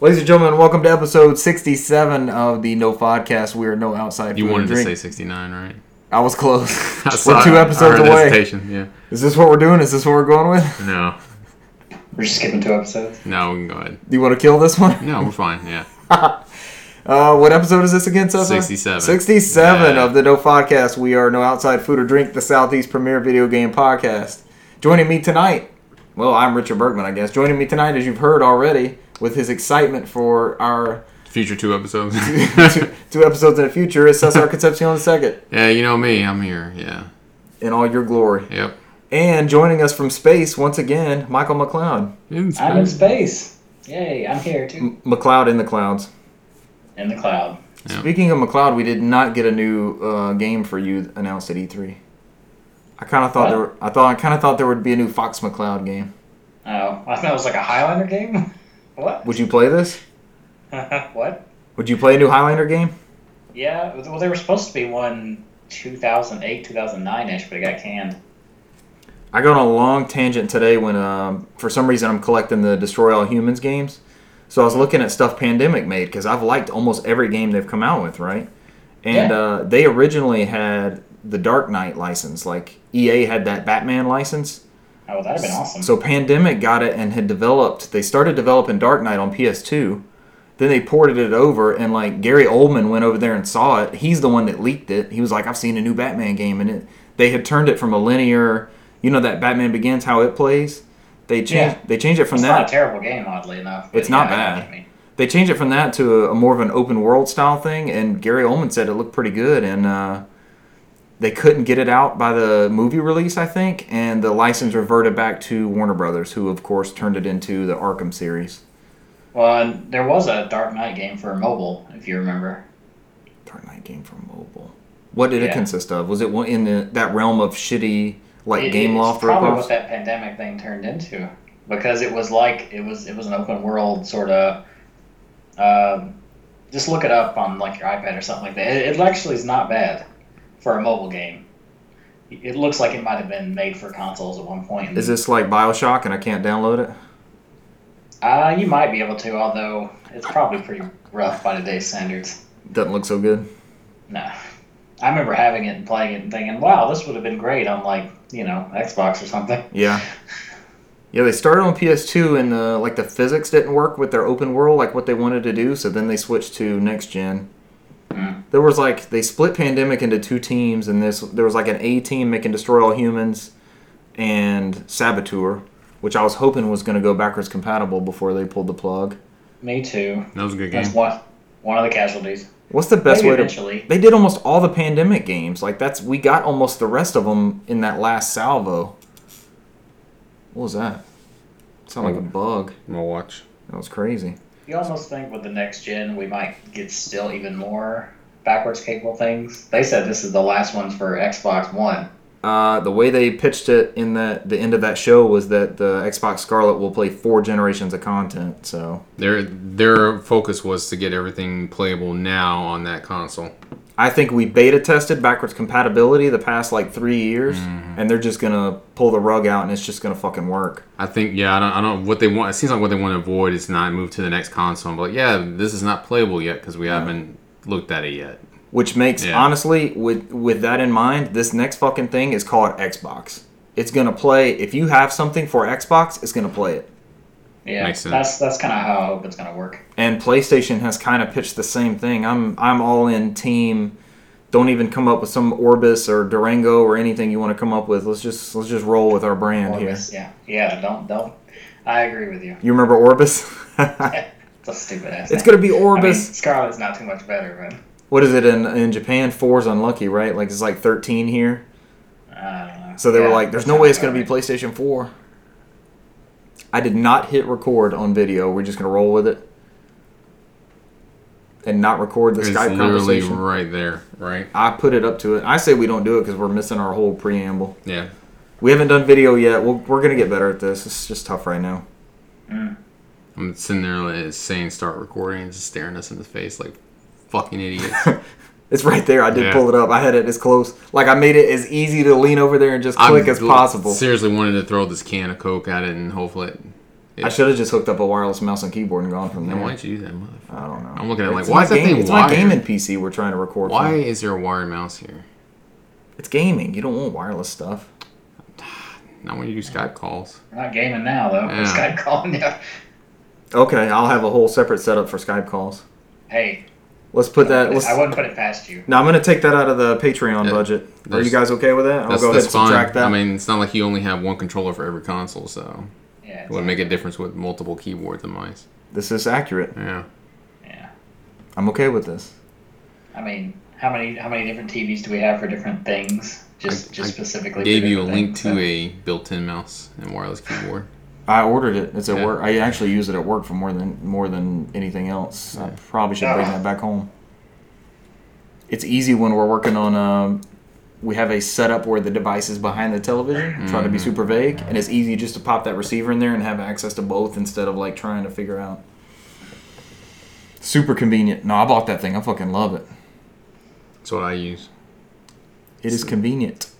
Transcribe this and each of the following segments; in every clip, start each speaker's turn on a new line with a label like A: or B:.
A: Ladies and gentlemen, welcome to episode 67 of the No Podcast. We are no outside.
B: You
A: Food
B: wanted
A: and
B: to
A: drink.
B: say 69, right?
A: I was close.
B: I
A: we're
B: saw it.
A: two
B: I
A: episodes
B: heard the
A: away.
B: hesitation, Yeah.
A: Is this what we're doing? Is this what we're going with?
B: No.
C: We're just skipping two episodes.
B: No, we can go ahead.
A: Do you want to kill this one?
B: No, we're fine. Yeah.
A: Uh, what episode is this against us?
B: 67.
A: 67
B: Yeah.
A: of the No Podcast. We are no outside food or drink, the Southeast premier video game podcast. Joining me tonight, well, I'm Richard Bergman, I guess. Joining me tonight, as you've heard already, with his excitement for our
B: Future two episodes.
A: two, two episodes in the future, is Cesar Concepcion II
B: yeah, you know me. I'm here. Yeah.
A: in all your glory.
B: Yep.
A: And joining us from space once again, Michael McLeod.
B: In
C: I'm in
B: space.
C: space. Yay, I'm here too.
A: M- McLeod in the clouds.
C: In the cloud.
B: Yeah.
A: Speaking of McLeod, we did not get a new uh, game for you announced at E3. I kind of thought
C: What?
A: there. Were, I thought I kind of thought there would be a new Fox McLeod game.
C: Oh, I thought it was like a Highlander game? what?
A: Would you play this?
C: what?
A: Would you play a new Highlander game?
C: Yeah, well, they were supposed to be one 2008, 2009 ish, but it got canned.
A: I got on a long tangent today when, um, for some reason, I'm collecting the Destroy All Humans games. So I was looking at stuff Pandemic made because I've liked almost every game they've come out with, right? And
C: Yeah.
A: uh, they originally had the Dark Knight license, like EA had that Batman license.
C: Oh, well, that'd have been awesome.
A: So Pandemic got it and had developed. They started developing Dark Knight on PS2. Then they ported it over, and like Gary Oldman went over there and saw it. He's the one that leaked it. He was like, "I've seen a new Batman game," and it they had turned it from a linear, you know, that Batman Begins how it plays. They changed
C: Yeah.
A: they changed it from
C: it's
A: that.
C: not a terrible game, oddly enough. but
A: It's not
C: yeah, I know what
A: bad.
C: you mean.
A: they changed it from that to a, a more of an open world style thing. And Gary Oldman said it looked pretty good, and uh, they couldn't get it out by the movie release, I think. And the license reverted back to Warner Brothers, who of course turned it into the Arkham series.
C: Well, and there was a Dark Knight game for mobile, if you remember.
A: Dark Knight game for mobile. What did it
C: Yeah.
A: consist of? Was it one in the, that realm of shitty like
C: It-
A: game
C: it's
A: loft
C: probably
A: ripoffs?
C: what that pandemic thing turned into because it was like it was it was an open world sort of um, just look it up on like your ipad or something like that it, it actually is not bad for a mobile game it looks like it might have been made for consoles at one point
A: Is this like Bioshock and I can't download it?
C: uh, you might be able to although it's probably pretty rough by today's standards
A: Doesn't look so good.
C: no i remember having it and playing it and thinking wow this would have been great on like you know xbox or something
A: Yeah. Yeah, they started on PS2 and uh, like the physics didn't work with their open world, like what they wanted to do. So then they switched to next gen.
C: Mm.
A: There was like they split Pandemic into two teams, and this there was like an A team making Destroy All Humans and Saboteur, which I was hoping was going to go backwards compatible before they pulled the plug.
C: me too
B: That was a good
C: that's
B: game.
C: one one of the casualties
A: What's the best
C: Maybe
A: way to?
C: eventually.
A: They did almost all the Pandemic games. Like that's we got almost the rest of them in that last salvo. What was that? Sound like a
C: Hmm.
A: bug.
B: My watch.
A: That was crazy.
C: You almost think with the next gen we might get still even more backwards capable things. They said this is the last one for Xbox One.
A: Uh, the way they pitched it in the the end of that show was that the Xbox Scarlet will play four generations of content. So
B: Their their focus was to get everything playable now on that console.
A: I think we beta tested backwards compatibility the past like three years, and they're just gonna pull the rug out and it's just gonna fucking work.
B: I think yeah, I don't, I don't what they want. It seems like what they want to avoid is not move to the next console. But yeah, this is not playable yet because we haven't looked at it yet.
A: Which makes
B: Yeah.
A: honestly, with with that in mind, this next fucking thing is called Xbox. It's gonna play if you have something for Xbox, it's gonna play it.
C: Yeah,
B: Makes sense.
C: that's that's kind of how I hope it's gonna work.
A: And PlayStation has kind of pitched the same thing. I'm I'm all in team. Don't even come up with some Orbis or Durango or anything you want to come up with. Let's just let's just roll with our brand here.
C: Orbis, yeah, yeah. Don't don't. I agree with you.
A: You remember Orbis?
C: It's a stupid ass.
A: it's
C: name.
A: gonna be Orbis.
C: I mean, Scarlet's not too much better,
A: what is it in in Japan? Four's unlucky, right? Like it's like 13 here.
C: but I don't know.
A: So they were
C: Yeah,
A: like, "There's
C: that
A: no
C: sounds
A: way it's gonna be
C: about
A: PlayStation 4." I did not hit record on video. We're just gonna roll with it and not record the
B: It's
A: Skype
B: literally
A: conversation.
B: right there, right?
A: I put it up to it. I say we don't do it because we're missing our whole preamble.
B: Yeah.
A: We haven't done video yet. We'll, we're gonna get better at this. It's just tough right now.
B: I'm sitting there like, saying start recording and just staring us in the face like fucking idiots.
A: It's right there. I did
B: Yeah.
A: pull it up. I had it as close. Like I made it as easy to lean over there and just click
B: I've
A: as
B: l-
A: possible.
B: Seriously wanted to throw this can of Coke at it and hopefully it
A: I should have just hooked up a wireless mouse and keyboard and gone from
B: Then
A: there.
B: why did you use that motherfucker?
A: I don't know.
B: I'm looking at it like,
A: Oh, It's
B: why
A: my
B: is that
A: game-
B: thing
A: It's
B: wired?
A: my gaming PC we're trying to record.
B: Why
A: from.
B: is there a wired mouse here?
A: It's gaming. You don't want wireless stuff.
B: Not when you do Skype calls.
C: We're not gaming now though.
B: Yeah.
C: It's got calling you.
A: Okay, I'll have a whole separate setup for Skype calls.
C: Hey,
A: Let's put that. Let's,
C: I wouldn't put it past you.
A: no, I'm going to take that out of the Patreon
B: Yeah,
A: budget. Are
B: there's-
A: you guys okay with that? I'll
B: That's,
A: go ahead
B: that's
A: and
B: fine.
A: subtract that.
B: I mean, it's not like you only have one controller for every console, so
C: Yeah.
B: it would make a difference with multiple keyboards and mice.
A: this is accurate.
B: Yeah.
C: Yeah.
A: I'm okay with this.
C: I mean, how many how many different TVs do we have for different things? Just
B: I-
C: just
B: I
C: specifically. for
B: Gave you a
C: different
B: link
C: things,
B: to
C: so-
B: a built-in mouse and wireless keyboard.
A: I ordered it. It's at
B: Yeah.
A: work. I actually use it at work for more than more than anything else. I probably should bring
C: Ah.
A: that back home. It's easy when we're working on. Um, we have a setup where the device is behind the television. Try to be super vague, and it's easy just to pop that receiver in there and have access to both instead of like trying to figure out. Super convenient. No, I bought that thing. I fucking love it.
B: That's what I use.
A: It is convenient.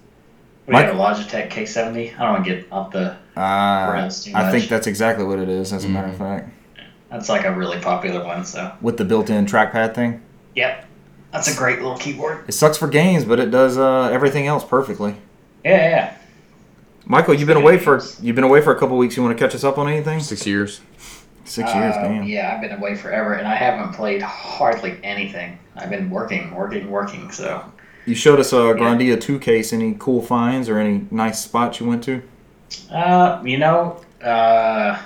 C: We
A: Mike-
C: have a Logitech K70. I don't want to get off the.
A: Uh,
C: Gross, too
A: I think
C: much.
A: that's exactly what it is. As a matter of fact,
C: That's like a really popular one. So.
A: with the built-in trackpad thing.
C: Yep. That's a great little keyboard.
A: It sucks for games, but it does uh, everything else perfectly.
C: Yeah, yeah, yeah.
A: Michael, you've been away for you've been away for a couple weeks. You want to catch us up on anything?
B: Six years.
A: Six years,
C: Uh,
A: damn.
C: Yeah, I've been away forever, and I haven't played hardly anything. I've been working, working, working. So
A: You showed us a Grandia two case. Any cool finds or any nice spots you went to?
C: Uh, you know, uh,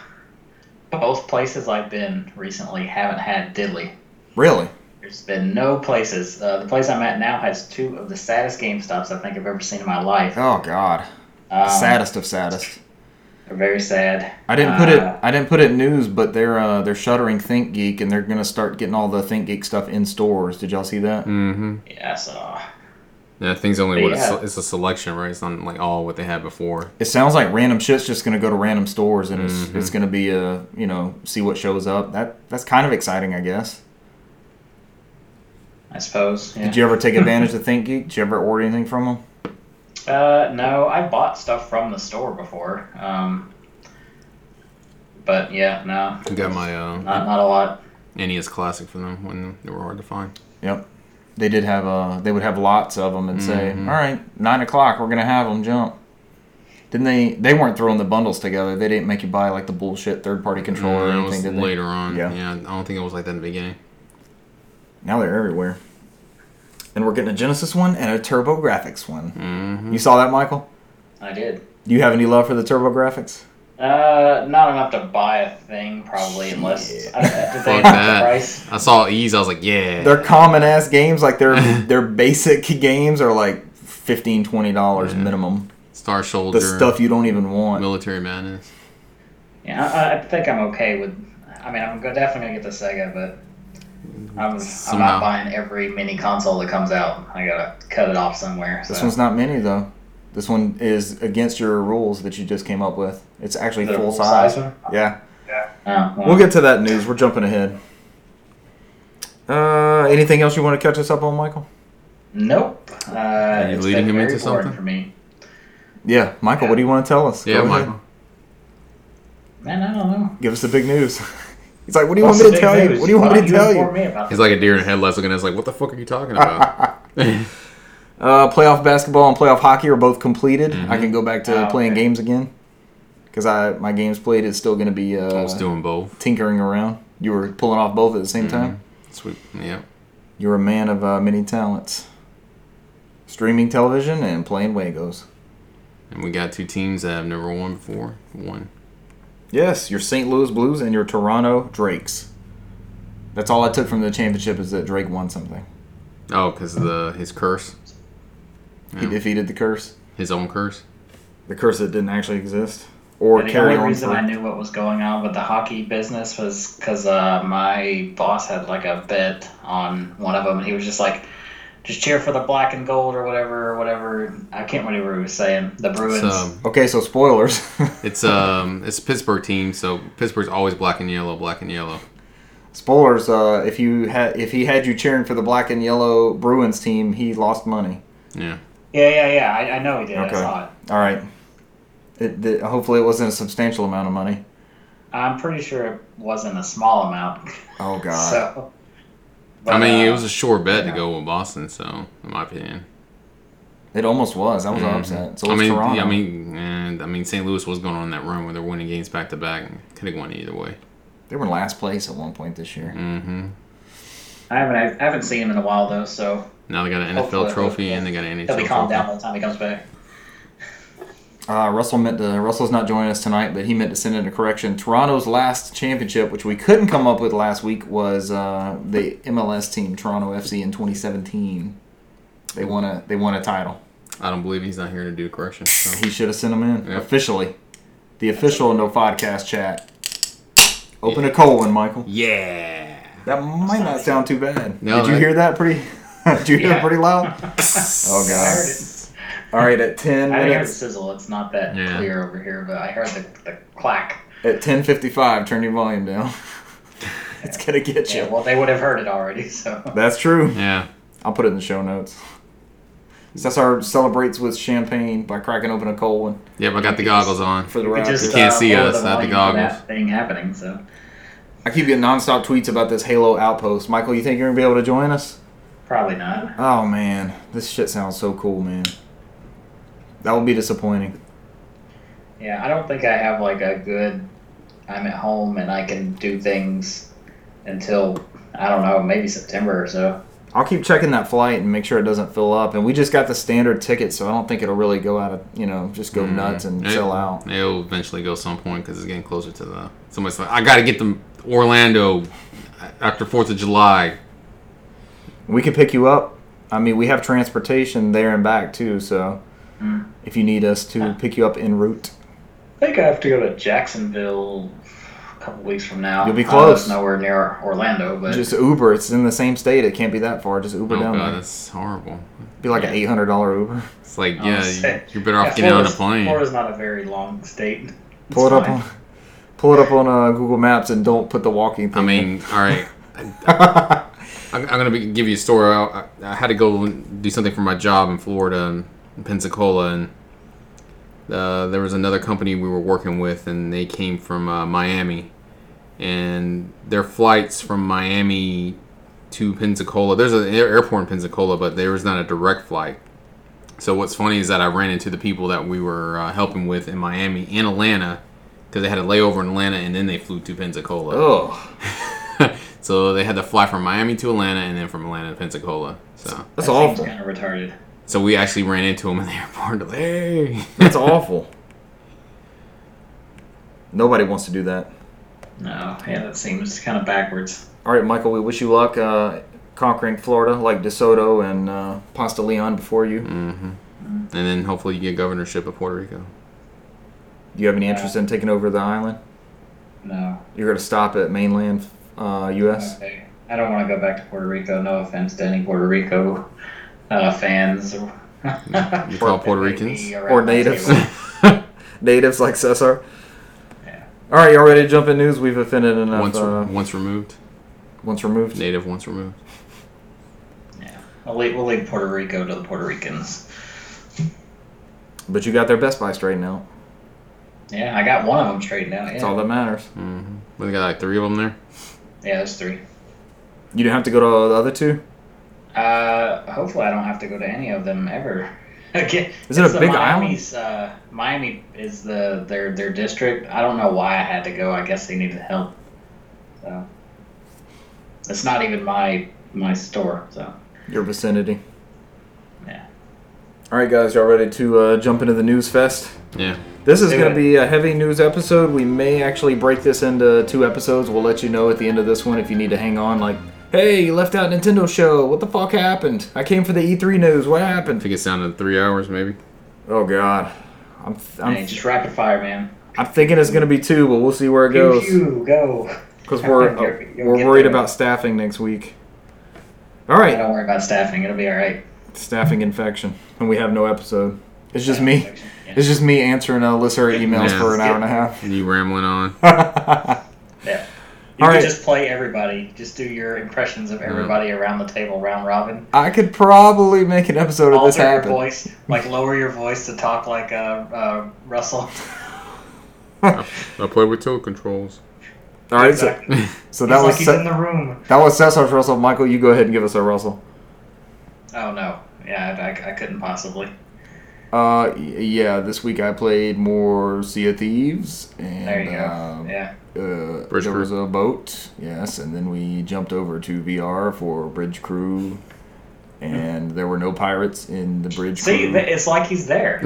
C: both places I've been recently haven't had diddly.
A: Really?
C: There's been no places. Uh, the place I'm at now has two of the saddest game stops I think I've ever seen in my life.
A: Oh God,
C: Um,
A: saddest of saddest.
C: They're very sad.
A: I didn't put
C: Uh,
A: it. I didn't put it in news, but they're uh, they're shuttering ThinkGeek, and they're gonna start getting all the ThinkGeek stuff in stores. Did y'all see that?
B: Mm-hmm.
C: Yeah, so
B: Yeah, things only what
C: Yeah.
B: it's, it's a selection, right? It's not like all what they had before.
A: It sounds like random shit's just gonna go to random stores, and it's
B: Mhm.
A: it's gonna be a you know see what shows up. That that's kind of exciting, I guess.
C: I suppose. Yeah.
A: Did you ever take advantage of ThinkGeek? Did you ever order anything from them?
C: Uh, no, I bought stuff from the store before. Um, but yeah, no,
B: I got my
C: not
B: uh,
C: not a lot.
B: NES Classic for them when they were hard to find.
A: Yep. They did have uh they would have lots of them and say,
B: Mm-hmm.
A: all right, nine o'clock, we're gonna have them jump. Didn't they? They weren't throwing the bundles together. They didn't make you buy like the bullshit third party controller or
B: that
A: anything.
B: Mm, was
A: Did they?
B: later on.
A: Yeah.
B: Yeah. I don't think it was like that in the beginning.
A: Now they're everywhere. And we're getting a Genesis one and a Turbo Graphics one.
B: Mm-hmm.
A: You saw that, Michael?
C: I did.
A: Do you have any love for the Turbo Graphics?
C: Uh, not enough to buy a thing, probably, unless
A: Shit.
C: I don't know, did they
B: Fuck
C: drop
B: that.
C: the price?
B: I saw Ease. I was like, yeah.
A: Their common ass games, like their their basic games, are like 15 dollars
B: Yeah.
A: minimum.
B: Star Soldier.
A: The stuff you don't even want.
B: Military Madness.
C: Yeah, I, I think I'm okay with. I mean, I'm go- definitely gonna get the Sega, but I'm, I'm
B: Somehow.
C: not buying every mini console that comes out. I gotta cut it off somewhere. So.
A: This one's not mini though. This one is against your rules that you just came up with. It's actually
C: The
A: full
C: full
A: size.
C: size one?
A: Yeah.
C: Oh, well,
A: We'll get to that news. We're jumping ahead. Uh, anything else you want to catch us up on, Michael?
C: Nope. Uh,
B: you
C: it's
B: leading
C: been
B: him
C: very
B: into
C: boring
B: something?
C: for me.
A: Yeah, Michael. What do you want to tell us?
B: Yeah,
A: Go ahead.
B: Michael.
C: Man, I don't know.
A: Give us the big news. He's like, what do you
C: What's
A: want me to
C: the big
A: tell you?
C: news?
A: What do you want
C: Why
A: me to
C: don't
A: tell
C: inform
A: you?
C: me about
B: He's
C: this?
B: like a deer in a headlights looking at us like, what the fuck are you talking about?
A: Uh, playoff basketball and playoff hockey are both completed. I
B: Mm-hmm.
A: can go back to
C: Oh,
A: playing
C: okay.
A: games again because I my games played is still going to be uh,
B: I was doing both.
A: tinkering around. You were pulling off both at the
B: Mm-hmm.
A: same time.
B: Sweet. Yeah.
A: You're a man of uh, many talents. Streaming television and playing Wagos.
B: And we got two teams that have never won before. One.
A: Yes, your St. Louis Blues and your Toronto Drakes. That's all I took from the championship is that Drake won something.
B: Oh, because the his curse.
A: He
B: Yeah.
A: defeated the curse,
B: His own curse.
A: the curse that didn't actually exist, or
C: the
A: carry
C: only
A: on.
C: reason I
A: For,
C: knew what was going on with the hockey business was because uh, my boss had like a bet on one of them, and he was just like, "Just cheer for the black and gold or whatever, or whatever." I can't remember what he was saying. The Bruins.
B: It's, um,
A: okay, so spoilers.
B: it's um it's a Pittsburgh team, so Pittsburgh's always black and yellow, black and yellow.
A: spoilers. Uh, if you had if he had you cheering for the black and yellow Bruins team, he lost money.
B: Yeah.
C: yeah, yeah, yeah. I, I know he did.
A: Okay.
C: I saw it.
A: All right. It, it, hopefully, it wasn't a substantial amount of money.
C: I'm pretty sure it wasn't a small amount.
A: Oh god.
C: So,
B: I mean,
C: uh,
B: it was a sure bet
C: yeah.
B: to go with Boston. So, in my opinion,
A: It almost was. Mm-hmm. I was
B: Mhm.
A: upset. So
B: I
A: it's
B: mean,
A: Toronto.
B: yeah, I mean, and I mean, St. Louis was going on in that run where they're winning games back to back. Could have gone either way.
A: they were in last place at one point this year.
B: hmm
C: I haven't I haven't seen him in a while though, so
B: Now they got an
C: Hopefully
B: NFL
C: it'll-
B: trophy and they got an NHL
C: he'll be
B: trophy.
C: calmed down by the time he comes back.
A: Uh, Russell meant to. Russell's not joining us tonight, but he meant to send in a correction. Toronto's last championship, which we couldn't come up with last week, was uh, the MLS team Toronto FC in 2017. They won a they won a title.
B: I don't believe he's not here to do corrections. So.
A: He should have sent them in
B: Yep.
A: officially. The official no podcast chat. Open a cold one, Michael.
B: yeah.
A: That might not sound too bad.
B: No,
A: Did you
B: that-
A: hear that pretty? Did you hear it
C: Yeah.
A: pretty loud? Oh
C: I
A: god.
C: heard it.
A: All right, at 10
C: I heard the
A: minutes
C: sizzle. It's not that
B: Yeah.
C: clear over here, but I heard the, the clack.
A: at 10:55, turn your volume down. it's gonna get
C: Yeah,
A: you.
C: well, they would have heard it already. So
A: That's true.
B: Yeah.
A: I'll put it in the show notes. Cesar celebrates with champagne by cracking open a cold one
B: Yep. I got the goggles on.
A: for the
C: we
A: Raptors.
C: just
B: You can't
C: uh,
B: see
C: lowered
B: us, not the
C: volume for that
B: goggles.
C: Thing happening. So
A: I keep getting nonstop tweets about this Halo Outpost. Michael, you think you're gonna be able to join us?
C: probably not.
A: Oh man, this shit sounds so cool, man. That would be disappointing.
C: Yeah, I don't think I have like a good. I'm at home and I can do things until I don't know, maybe September or so.
A: I'll keep checking that flight and make sure it doesn't fill up. And we just got the standard ticket, so I don't think it'll really go out of you know just go
C: Mm-hmm.
B: Mm.
A: nuts and
B: It-
A: sell out.
B: It'll eventually go some point because it's getting closer to the. Somebody's like, I got to get to Orlando after Fourth of July.
A: We could pick you up. I mean, we have transportation there and back too, so
C: Mm.
A: if you need us to pick you up en route,
C: I think I have to go to Jacksonville a couple weeks from now.
A: You'll be
C: I know it's
A: close.
C: nowhere near Orlando, but
A: just Uber. It's in the same state. It can't be that far. Just Uber
B: Oh
A: down
B: god,
A: there.
B: that's horrible.
A: Be like an eight hundred dollar Uber.
B: It's like,
C: I
B: yeah,
C: was saying-
B: you- you're better off
C: Yeah,
B: getting on a
C: Florida's-
B: plane.
C: Florida's not a very long state. It's
A: Pull it up
C: fine.
A: on, pull it up on uh, Google Maps and don't put the walking. Thing
B: I mean, all right. I'm, I'm gonna be, give you a story. I, I had to go do something for my job in Florida, in Pensacola, and uh, there was another company we were working with, and they came from uh, Miami, and their flights from Miami to Pensacola. There's an air- airport in Pensacola, but there was not a direct flight. So what's funny is that I ran into the people that we were uh, helping with in Miami and Atlanta, because they had a layover in Atlanta, and then they flew to Pensacola
A: oh,
B: so they had to fly from Miami to Atlanta and then from Atlanta to Pensacola. So
A: that's
C: That seems
A: awful.
C: Kind of retarded.
B: so we actually ran into him in the airport. Like, hey,
A: That's awful. Nobody wants to do that.
C: No, yeah, that seems kind of backwards.
A: All right, Michael, we wish you luck uh, conquering Florida like DeSoto and uh, Pasta Leon before you. Do
B: hmm And then hopefully you get governorship of Puerto Rico.
A: you have any interest in taking over the island?
C: No.
A: You're going to stop at mainland uh, U.S.?
C: Okay. I don't want to go back to Puerto Rico. No offense to any Puerto Rico uh, fans. or-
B: You call Puerto
C: That may
B: Ricans?
C: be around
A: Or
C: the
A: natives.
C: table.
A: Natives like Cesar?
C: Yeah.
A: All right, y'all ready to jump in news? We've offended enough.
B: Once
A: uh,
B: once removed,
A: once removed.
B: native once removed.
C: Yeah. We'll leave, we'll leave Puerto Rico to the Puerto Ricans.
A: But you got their Best Buy straightened out.
C: Yeah, I got one of them straightened out.
A: That's
C: Yeah,
A: all that matters.
B: Mm-hmm. We got like three of them there.
C: yeah there's three.
A: You didn't have to go to the other two?
C: Uh, hopefully, I don't have to go to any of them ever. Again,
A: Is it
C: it's
A: a big island?
C: Miami's, Uh, Miami is the their their district. I don't know why I had to go. I guess they needed help. So it's not even my my store. So
A: Your vicinity.
C: yeah,
A: All right, guys, y'all ready to uh, jump into the news fest?
B: Yeah.
A: This is
C: Do
A: going to
C: it.
A: be a heavy news episode. We may actually break this into two episodes. We'll let you know at the end of this one if you need to hang on. Like, hey, you left out Nintendo show. What the fuck happened? I came for the E3 news. What
B: I
A: happened?
B: think it's down to three hours maybe.
A: Oh God, I'm
C: Hey,
A: I'm,
C: just rapid fire, man.
A: I'm thinking it's going to be two, but we'll see where it
C: Pew,
A: goes
C: pew, go.
A: because we're
C: You'll-
A: uh,
C: you'll
A: we're
C: get
A: worried
C: there.
A: about staffing next week. All
C: I
A: right,
C: don't worry about staffing. It'll be all right.
A: staffing infection, and we have no episode. It's just me.
C: Yeah.
A: It's just me answering uh, listener emails
B: Yeah.
A: for an hour and a half.
B: You rambling on.
C: Yeah. You
A: All
C: can
A: right. Mm-hmm.
C: just play everybody. Just do your impressions of everybody around the table, round robin.
A: I could probably make an episode of this
C: alter your
A: happen.
C: voice, like lower your voice to talk like uh, uh, Russell.
B: I, I play with tilt controls.
A: All right, so,
C: Exactly.
A: so that
C: He's
A: was
C: like he's
A: Sa-
C: in the room.
A: that was Cesar's Russell. Michael, you go ahead and give us a Russell.
C: Oh no. Yeah, I, I- I couldn't possibly.
A: Uh, y- yeah, this week I played more Sea of Thieves, and
C: There you go.
A: um,
C: yeah.
A: uh,
B: Bridge
A: there
B: Crew.
A: was a boat, yes, and then we jumped over to VR for Bridge Crew, and there were no pirates in the Bridge
C: See,
A: Crew.
C: th- it's like he's there,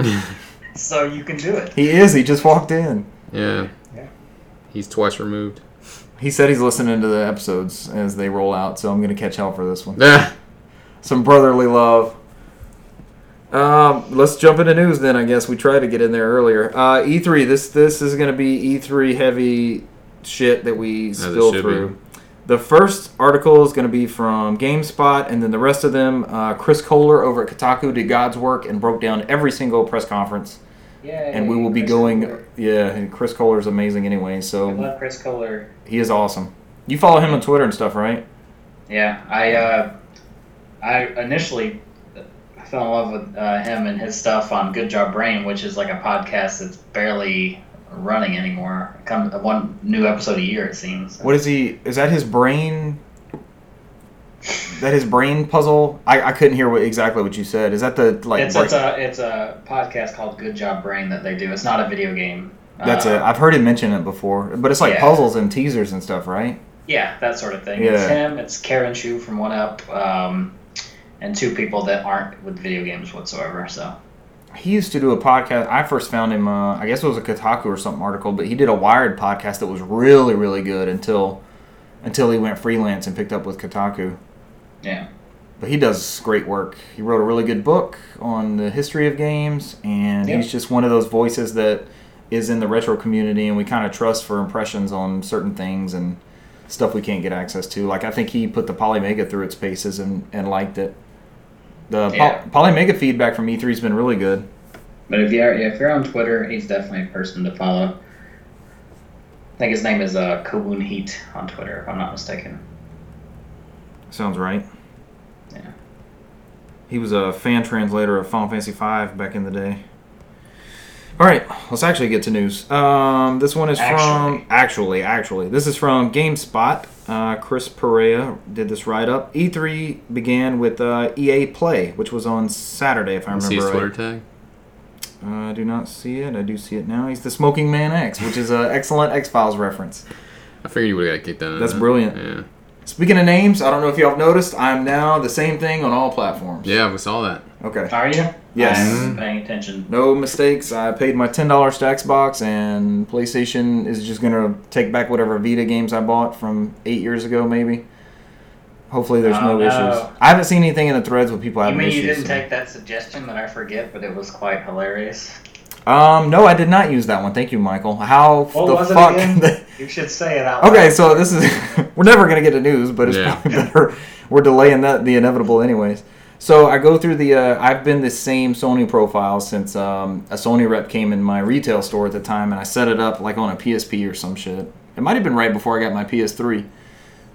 C: so you can do it.
A: he is. He just walked in.
B: Yeah.
C: Yeah.
B: He's twice removed.
A: He said he's listening to the episodes as they roll out, so I'm gonna catch hell for this one.
B: Ah,
A: Some brotherly love. Um, let's jump into news then. I guess we tried to get in there earlier. Uh, E3. This this is gonna be E3 heavy shit that we spill
B: should be.
A: through. The first article is going to be from GameSpot, and then the rest of them. Uh, Chris Kohler over at Kotaku did God's work and broke down every single press conference.
C: Yay,
A: and we will be
C: Chris
A: going.
C: Kohler.
A: Yeah, and Chris Kohler is amazing anyway,
C: I
A: so
C: love Chris Kohler.
A: he is awesome. You follow him on Twitter and stuff, right?
C: Yeah, I uh, I initially fell in love with uh, him and his stuff on Good Job Brain, which is like a podcast that's barely running anymore. Come one new episode a year, it seems.
A: What is he? Is that his brain? Is that his brain puzzle? I, I couldn't hear what exactly what you said. Is that the like?
C: it's,
A: brain-
C: it's a it's a podcast called Good Job Brain that they do. It's not a video game.
A: that's it.
C: uh,
A: I've heard him mention it before, but it's like
C: Yeah.
A: puzzles and teasers and stuff, right?
C: Yeah, that sort of thing.
A: Yeah.
C: It's him. It's Karen Chu from One Up, um, and two people that aren't with video games whatsoever. So
A: He used to do a podcast. I first found him. Uh, I guess it was a Kotaku or something article, but he did a Wired podcast that was really, really good until until he went freelance and picked up with Kotaku.
C: yeah,
A: But he does great work. He wrote a really good book on the history of games, and
C: Yeah.
A: he's just one of those voices that is in the retro community, and we kind of trust for impressions on certain things and stuff we can't get access to. Like I think he put the Polymega through its paces and, and liked it. The Poly
C: Yeah.
A: Polymega feedback from E3 has been really good.
C: but if you're if you're on Twitter, he's definitely a person to follow. I think his name is uh, Kawoon Heat on Twitter, if I'm not mistaken.
A: Sounds right.
C: Yeah.
A: He was a fan translator of Final Fantasy V back in the day. All right, let's actually get to news. Um, this one is from actually, actually, this is from GameSpot. Uh, Chris Perea did this write up. E3 began with uh, EA Play, which was on Saturday, if I
B: you see
A: remember
B: his Twitter
A: right.
B: tag?
A: Uh, I do not see it. I do see it now. He's the Smoking Man X, which is an excellent X Files reference.
B: I figured you would have got kicked out. of
A: That's
B: that.
A: brilliant.
B: Yeah.
A: Speaking of names, I don't know if y'all have noticed, I'm now the same thing on all platforms.
B: Yeah, we saw that.
A: Okay.
C: Are you?
A: Yes.
C: I'm paying attention.
A: No mistakes. I paid my ten dollars to Xbox, and PlayStation is just gonna take back whatever Vita games I bought from eight years ago, maybe. Hopefully, there's no,
C: Oh, no.
A: issues. I haven't seen anything in the threads with people
C: You
A: having
C: mean you
A: issues.
C: didn't
A: so-
C: take that suggestion that I forget, but it was quite hilarious.
A: um, no, I did not use that one. Thank you, Michael. How f-
C: What
A: the
C: was
A: fuck?
C: it again? you should say it out loud.
A: okay, so this is we're never gonna get the news, but it's
B: Yeah.
A: probably better. We're delaying that the inevitable, anyways. So I go through the. Uh, I've been the same Sony profile since um, a Sony rep came in my retail store at the time, and I set it up like on a PSP or some shit. It might have been right before I got my PS3,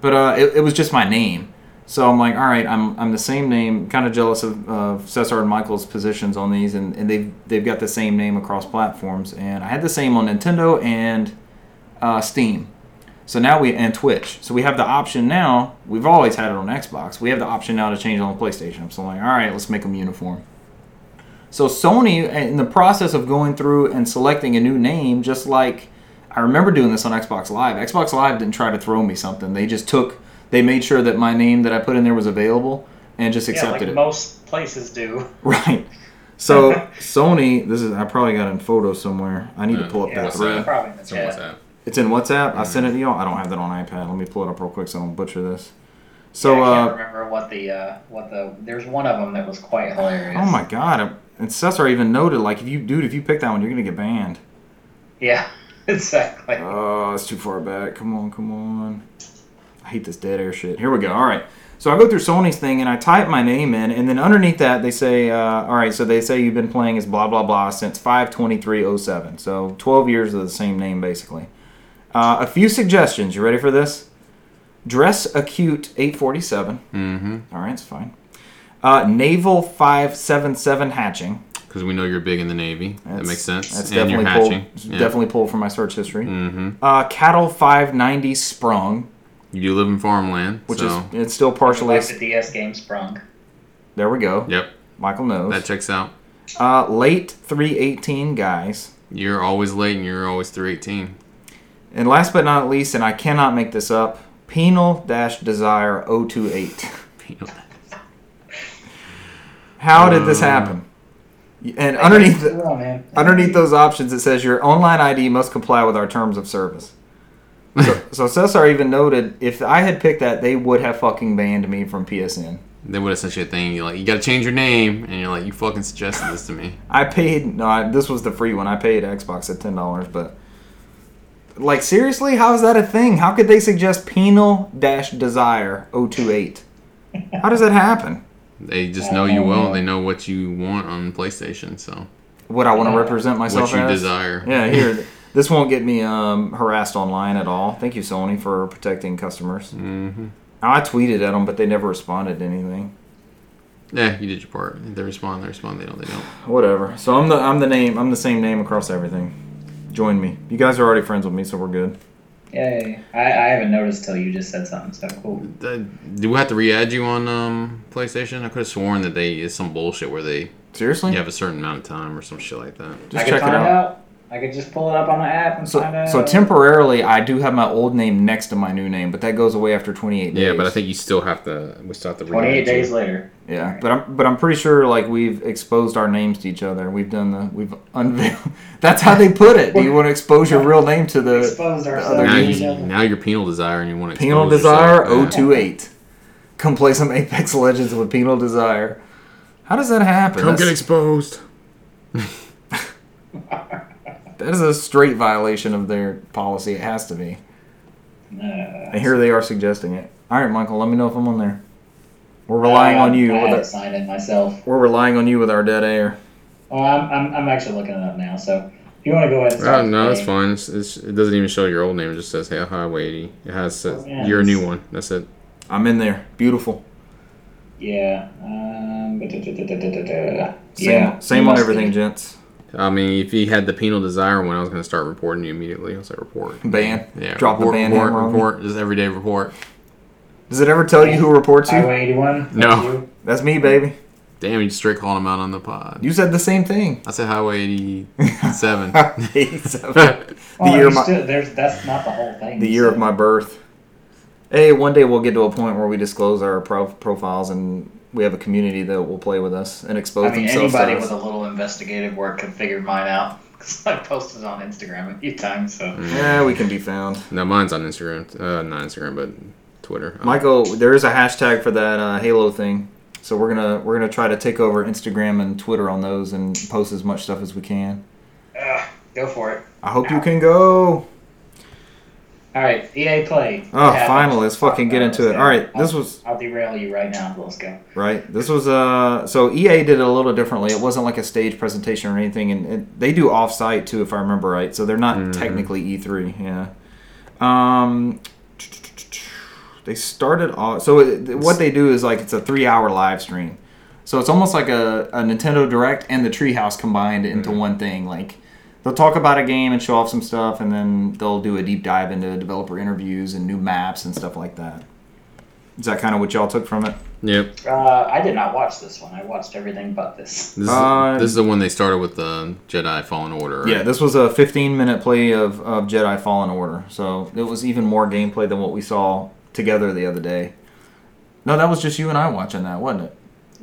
A: but uh, it, it was just my name. So I'm like, all right, I'm, I'm the same name. Kind of jealous of, of Cesar and Michael's positions on these, and, and they've they've got the same name across platforms. And I had the same on Nintendo and uh, Steam. So now we and Twitch. So we have the option now. We've always had it on Xbox. We have the option now to change it on PlayStation. So I'm like, all right, let's make them uniform. So Sony, eh, in the process of going through and selecting a new name, just like I remember doing this on Xbox Live. Xbox Live didn't try to throw me something. They just took. They made sure that my name that I put in there was available and just
C: Yeah, like
A: accepted it.
C: most places do.
A: Right. So Sony, this is I probably got it in photo somewhere. I need to
B: Uh,
A: pull up
C: Yeah,
A: that
B: What's
A: thread.
B: that?
C: probably
B: It's
C: the
B: on
C: chat.
B: WhatsApp.
A: It's in WhatsApp. I
C: Mm.
A: sent it to y'all. I don't have that on iPad. Let me pull it up real quick so I don't butcher this. So,
C: Yeah, I can't
A: uh,
C: remember what the uh, what the there's one of them that was quite hilarious.
A: oh my god, I'm- and Cesar even noted like if you dude if you pick that one you're gonna get banned.
C: Yeah, exactly.
A: Oh, it's too far back. Come on, come on. I hate this dead air shit. Here we go. All right. So I go through Sony's thing and I type my name in, and then underneath that they say, uh, all right, so they say you've been playing as blah blah blah since 52307. So 12 years of the same name basically. Uh, a few suggestions. You ready for this? Dress acute 847.
B: Mm-hmm.
A: All right, it's fine. Uh, naval 577 hatching.
B: because we know you're big in the Navy. that
A: That's-
B: makes sense.
A: That's
B: and
A: definitely
B: you're
A: pulled.
B: hatching.
A: it's
B: Yeah.
A: Definitely pulled from my search history.
B: Mm-hmm.
A: Uh, cattle 590 sprung,
B: You do live in farmland,
A: which
B: so
A: is it's still partially.
C: Like the DS game sprung.
A: There we go.
B: yep,
A: Michael knows.
B: that checks out.
A: Uh, late 318 guys.
B: You're always late, and you're always three eighteen.
A: And last but not least, and I cannot make this up, penal dash desire 028. How did
B: Um.
A: this happen? And underneath
C: Come on, man.
A: underneath those options, it says your online ID must comply with our terms of service. So, so Cesar even noted if I had picked that, they would have fucking banned me from PSN.
B: they would have sent you a thing. You're like, you got to change your name, and you're like, you fucking suggested this to me.
A: I paid no, I, this was the free one. I paid Xbox at ten dollars, but like seriously, how is that a thing? How could they suggest penal dash desire 028? How does that happen?
B: They just know you well. They know what you want on PlayStation, so
A: What I want to represent myself
B: what you
A: as?
B: desire.
A: Yeah, here. th- This won't get me um, harassed online at all. Thank you, Sony, for protecting customers.
B: hmm
A: I tweeted at them, but they never responded to anything.
B: Yeah, you did your part. They respond. They respond. They don't. They don't.
A: Whatever. So I'm the I'm the name I'm the same name across everything. Join me. You guys are already friends with me, so we're good.
C: Yay. I, I haven't noticed till you just said something, so cool.
B: Uh, do we have to re-add you on um, PlayStation? I could have sworn that they is some bullshit where they
A: Seriously?
B: you have a certain amount of time or some shit like that.
A: Just
C: I could
A: check it
C: find
A: out.
C: I could just pull it up on the app and find
A: So,
C: out.
A: so temporarily, I do have my old name next to my new name, but that goes away after 28 days.
B: Yeah, but I think you still have to. We still have to. re-add
C: 28
B: you.
C: days later.
A: yeah, but I'm but I'm pretty sure like we've exposed our names to each other. We've done the we've unveiled. That's how they put it. Do you want to expose your real name to the
C: Exposed
B: Now,
A: other
C: ourselves to each
B: you,
C: other.
B: now you're penal desire and you want to.
A: penal
B: expose
A: desire
B: yourself. Yeah.
A: 028? Come play some Apex Legends with penal desire. How does that happen? That's-
B: exposed.
A: that is a straight violation of their policy. It has to be.
C: No.
A: And
C: Uh,
A: here they are suggesting it. All right, Michael, let me know if I'm on there. We're relying on you.
C: I
A: with
C: had
A: our-
C: to sign in myself.
A: We're relying on you with our dead air.
C: Well, I'm, I'm, I'm actually looking it up now, so if you want to go ahead and start.
B: Oh, no, that's
C: playing-
B: fine. It's, it's, it doesn't even show your old name. It just says Hail Highway 80. It has says,
C: Oh, yeah.
B: you're a new one. That's it.
A: I'm in there. Beautiful.
C: Yeah. Um, da- da- da- da- da- da- da.
A: Same,
C: yeah.
A: same
C: you
A: on
C: must
A: everything,
C: be.
A: gents.
B: I mean, if he had the penal desire one, I was going to start reporting you immediately. I was like, report.
A: Ban.
B: Yeah,
A: Drop
B: report,
A: the ban
B: report,
A: hammer on me.
B: report. Just everyday report.
A: Does it ever tell you who reports you?
C: Highway 81. that's
B: No.
C: you.
A: That's me, baby.
B: Damn, you straight calling him out on the pod.
A: You said the same thing.
B: I said Highway 87.
A: the
C: Oh,
A: year
C: you
A: of my,
C: still, there's, that's not the whole thing.
A: the
C: you
A: year of
C: said.
A: my birth. Hey, one day we'll get to a point where we disclose our pro- profiles and we have a community that will play with us and expose
C: I mean,
A: themselves
C: anybody
A: to us.
C: with a little investigative work could figure mine out because I posted on Instagram a few times. So
A: yeah, we can be found.
B: no, mine's on Instagram. Uh, not Instagram, but Twitter. Uh,
A: Michael, there is a hashtag for that uh, Halo thing, so we're gonna we're gonna try to take over Instagram and Twitter on those and post as much stuff as we can.
C: Ugh, go for it.
A: I hope you can go.
C: All right, EA Play.
A: Oh,
C: Yeah,
A: finally,
C: I'll-
A: let's fucking get into it. All right, this was
C: I'll derail you right now. Let's go.
A: right. This was uh. So EA did it a little differently. It wasn't like a stage presentation or anything, and, and they do off-site too, if I remember right. So they're not technically E3. Yeah. Um. They started off. So it, what they do is like it's a three-hour live stream. So it's almost like a, a Nintendo Direct and the Treehouse combined into one thing. Like they'll talk about a game and show off some stuff, and then they'll do a deep dive into developer interviews and new maps and stuff like that. Is that kind of what y'all took from it?
B: Yep.
C: Uh, I did not watch this one. I watched everything but this.
B: This is,
A: Uh,
B: this is the one they started with the Jedi Fallen Order. right?
A: Yeah, this was a 15 minute play of, of Jedi Fallen Order, so it was even more gameplay than what we saw together the other day. No, that was just you and I watching that, wasn't
B: Mm-hmm.
A: it?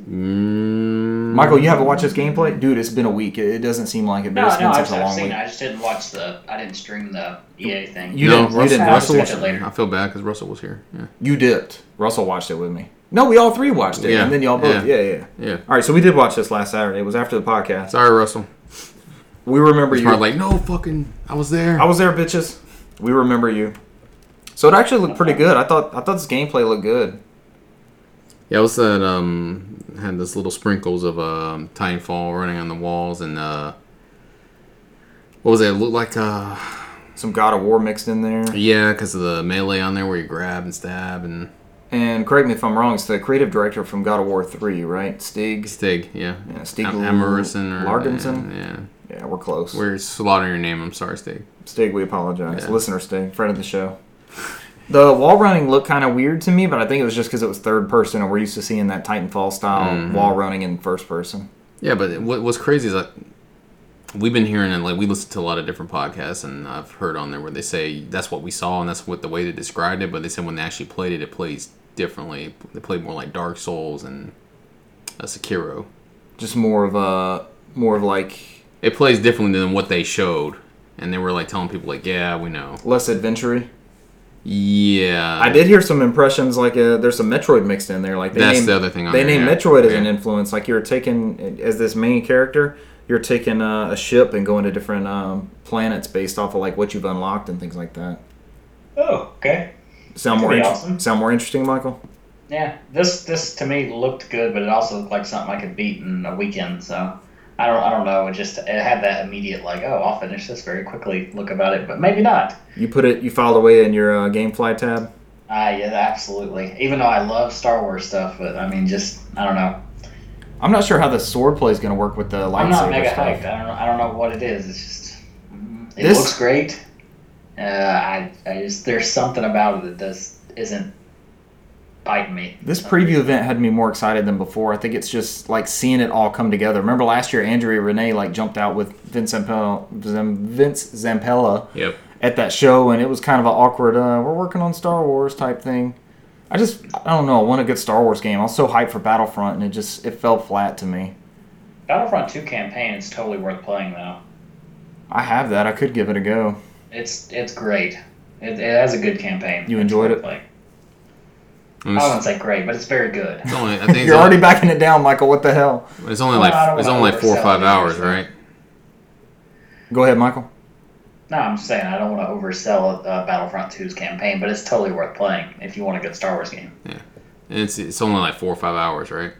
B: Mm,
A: Michael, you haven't watched this gameplay, dude. It's been a week. It, it doesn't seem like it, but
C: No,
A: it's
C: no,
A: been
C: I've,
A: such a
C: I've
A: long
C: seen
A: week.
C: it. I just didn't watch the. I didn't stream the EA thing.
A: You
B: No,
A: didn't. You didn't.
B: Russell-
C: Russell-
A: Russell,
C: watch it later.
B: I feel bad because Russell was here. Yeah.
A: you did. Russell watched it with me. No, we all three watched it,
B: Yeah,
A: and then y'all both.
B: yeah.
A: Yeah. yeah,
B: Yeah.
A: All right, so we did watch this last Saturday. It was after the podcast.
B: Sorry, Russell.
A: We remember
B: It's
A: you.
B: probably like, no, fucking, I was there.
A: I was there, bitches. We remember you. So it actually looked pretty good. I thought. I thought this gameplay looked good.
B: yeah, I was that um had this little sprinkles of um Titanfall running on the walls and uh what was it? it looked like uh
A: Some God of War mixed in there.
B: yeah, because of the melee on there where you grab and stab and
A: And correct me if I'm wrong. It's the creative director from God of War Three, right? Stig.
B: Stig, yeah.
A: Yeah, Stig
B: Am- Amarison or
A: Largenson?
B: Yeah, yeah.
A: Yeah, we're close.
B: We're slaughtering your name. I'm sorry, Stig.
A: Stig, we apologize.
B: Yeah.
A: Listener Stig, friend of the show. The wall running looked kind of weird to me, but I think it was just because it was third person, and we're used to seeing that Titanfall style
B: Mm-hmm.
A: wall running in first person.
B: Yeah, but what, what's crazy is that we've been hearing and like we listen to a lot of different podcasts, and I've heard on there where they say that's what we saw and that's what the way they described it. But they said when they actually played it, it plays differently. They played more like Dark Souls and uh, Sekiro.
A: Just more of a more of like
B: It plays differently than what they showed, and they were like telling people like, yeah, we know.
A: less adventure.
B: Yeah,
A: I did hear some impressions like uh, there's some Metroid mixed in there. Like they
B: That's
A: named,
B: the other thing on
A: they
B: there,
A: named
B: yeah.
A: Metroid as an
B: Yeah.
A: influence. Like you're taking as this main character, you're taking uh, a ship and going to different um, planets based off of like what you've unlocked and things like that.
C: Oh, okay.
A: Sound
C: That'd
A: more
C: be
A: inter-
C: awesome.
A: sound more interesting, Michael?
C: Yeah, this this to me looked good, but it also looked like something I could beat in a weekend. So I don't I don't know. It just it had that immediate like oh I'll finish this very quickly look about it, but maybe not.
A: You put it you filed away in your uh, GameFly tab.
C: Ah yeah, absolutely. Even though I love Star Wars stuff, but I mean just I don't know.
A: I'm not sure how the sword play is going to work with the
C: I'm not
A: lightsaber
C: mega
A: stuff.
C: hyped. I don't know, I don't know what it is. It's just mm, it
A: This-
C: looks great. Uh, I I just there's something about it that does isn't biting me.
A: This preview event had me more excited than before. I think it's just like seeing it all come together. Remember last year, Andrea Renee like jumped out with Vince Zampella, Zam- Vince Zampella
B: Yep.
A: at that show, and it was kind of an awkward. Uh, we're working on Star Wars type thing. I just I don't know. I want a good Star Wars game. I was so hyped for Battlefront, and it just it fell flat to me.
C: Battlefront 2 campaign is totally worth playing though.
A: I have that. I could give it a go.
C: It's it's great. It, it has a good campaign.
A: You enjoyed it?
C: Like,
B: And
C: I
B: it's-
C: wouldn't say great, but it's very good.
B: it's only, I think it's
A: You're already backing it down, Michael. What the hell?
B: It's only
C: Well, I
B: like
C: don't
B: it's
C: wanna
B: only like four or
C: oversell
B: five
C: it,
B: hours,
C: so-
B: right?
A: Go ahead, Michael.
C: No, I'm just saying I don't want to oversell uh, Battlefront 2's campaign, but it's totally worth playing if you want a good Star Wars game.
B: And it's it's only like four or five hours, right?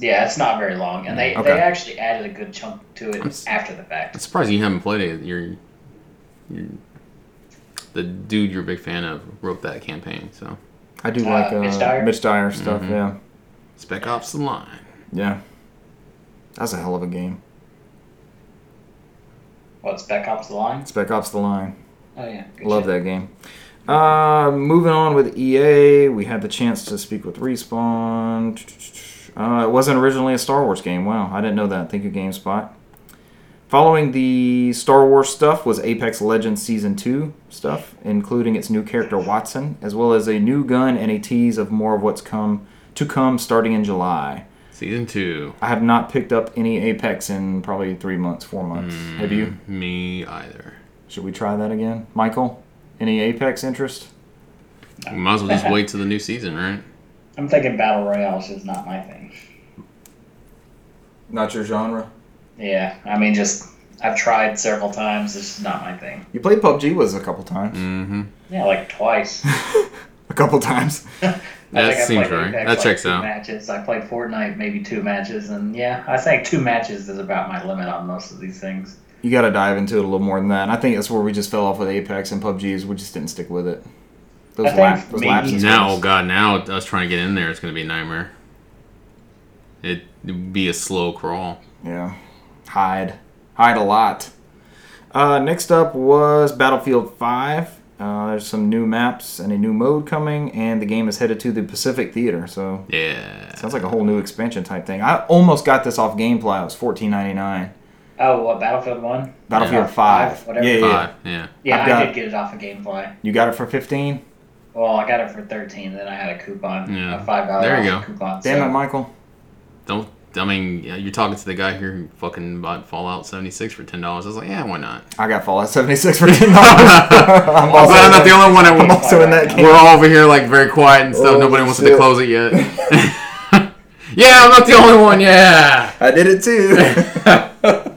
C: Yeah, it's not very long, and they,
A: Okay.
C: they actually added a good chunk to it
B: I'm s-
C: after the fact.
B: I'm surprised you haven't played it. You're, you're the dude you're a big fan of wrote that campaign, so
A: I do
C: Uh,
A: like uh, Mm-hmm.
C: Mitch Dyer?
A: Mitch Dyer stuff.
B: Mhm.
A: Yeah,
B: Spec Ops the line.
A: yeah. That's a hell of a game.
C: What's Spec Ops: The Line?
A: Spec Ops: The Line.
C: Oh yeah, good
A: Love
C: shit.
A: that game. Uh, moving on with EA, we had the chance to speak with Respawn. Uh, it wasn't originally a Star Wars game. Wow, I didn't know that. Thank you, GameSpot. Following the Star Wars stuff was Apex Legends Season 2 stuff, including its new character Watson, as well as a new gun and a tease of more of what's come to come starting in July.
B: Season two.
A: I have not picked up any Apex in probably three months, four months. Have you?
B: Mm, Me either.
A: Should we try that again? Michael, any Apex interest?
B: We might as well just wait till the new season, right?
C: I'm thinking battle royale is just not my thing.
A: Not your genre.
C: Yeah, I mean, just I've tried several times. It's just not my thing.
A: You played PUBG with us a couple times.
B: Mm-hmm.
C: Yeah, like twice.
A: A couple times.
B: That
C: think I
B: seems
C: played
B: right.
C: Apex,
B: That checks
C: two
B: out.
C: Matches. I played Fortnite maybe two matches, and yeah, I think two matches is about my limit on most of these things.
A: You got to dive into it a little more than that. And I think that's where we just fell off with Apex and PUBG is we just didn't stick with it. Those,
C: I think
A: lap, those
C: me-
A: lapses. were
B: Now, oh
A: just-
B: god, now us trying to get in there is going to be a nightmare. It would be a slow crawl.
A: Yeah. Hide. Hide a lot. Uh, next up was Battlefield 5. Uh, there's some new maps and a new mode coming, and the game is headed to the Pacific Theater. So
B: Yeah.
A: sounds like a whole new expansion type thing. I almost got this off GamePly. It was 14.99.
C: Oh, what Battlefield One?
A: Battlefield
C: Yeah.
A: 5.
C: Whatever.
A: Yeah, yeah, yeah.
B: Five. Yeah.
C: Yeah,
A: I've
C: I
A: got-
C: did get it off of GameFly.
A: You got it for 15.
C: Well, I got it for thirteen. Then I had a coupon,
B: Yeah.
C: a five dollar
B: There you go.
C: coupon.
A: Damn
C: so-
A: it, Michael.
B: Don't. I mean, yeah, you're talking to the guy here who fucking bought Fallout 76 for ten dollars. I was like, yeah, why not?
A: I got Fallout 76 for $10. I'm also,
B: I'm not the only one.
A: I'm
B: That,
A: also in that game.
B: we're all over here like very quiet and stuff.
A: Oh,
B: Nobody wants
A: shit.
B: to close it yet. yeah, I'm not the only one. Yeah.
A: I did it too.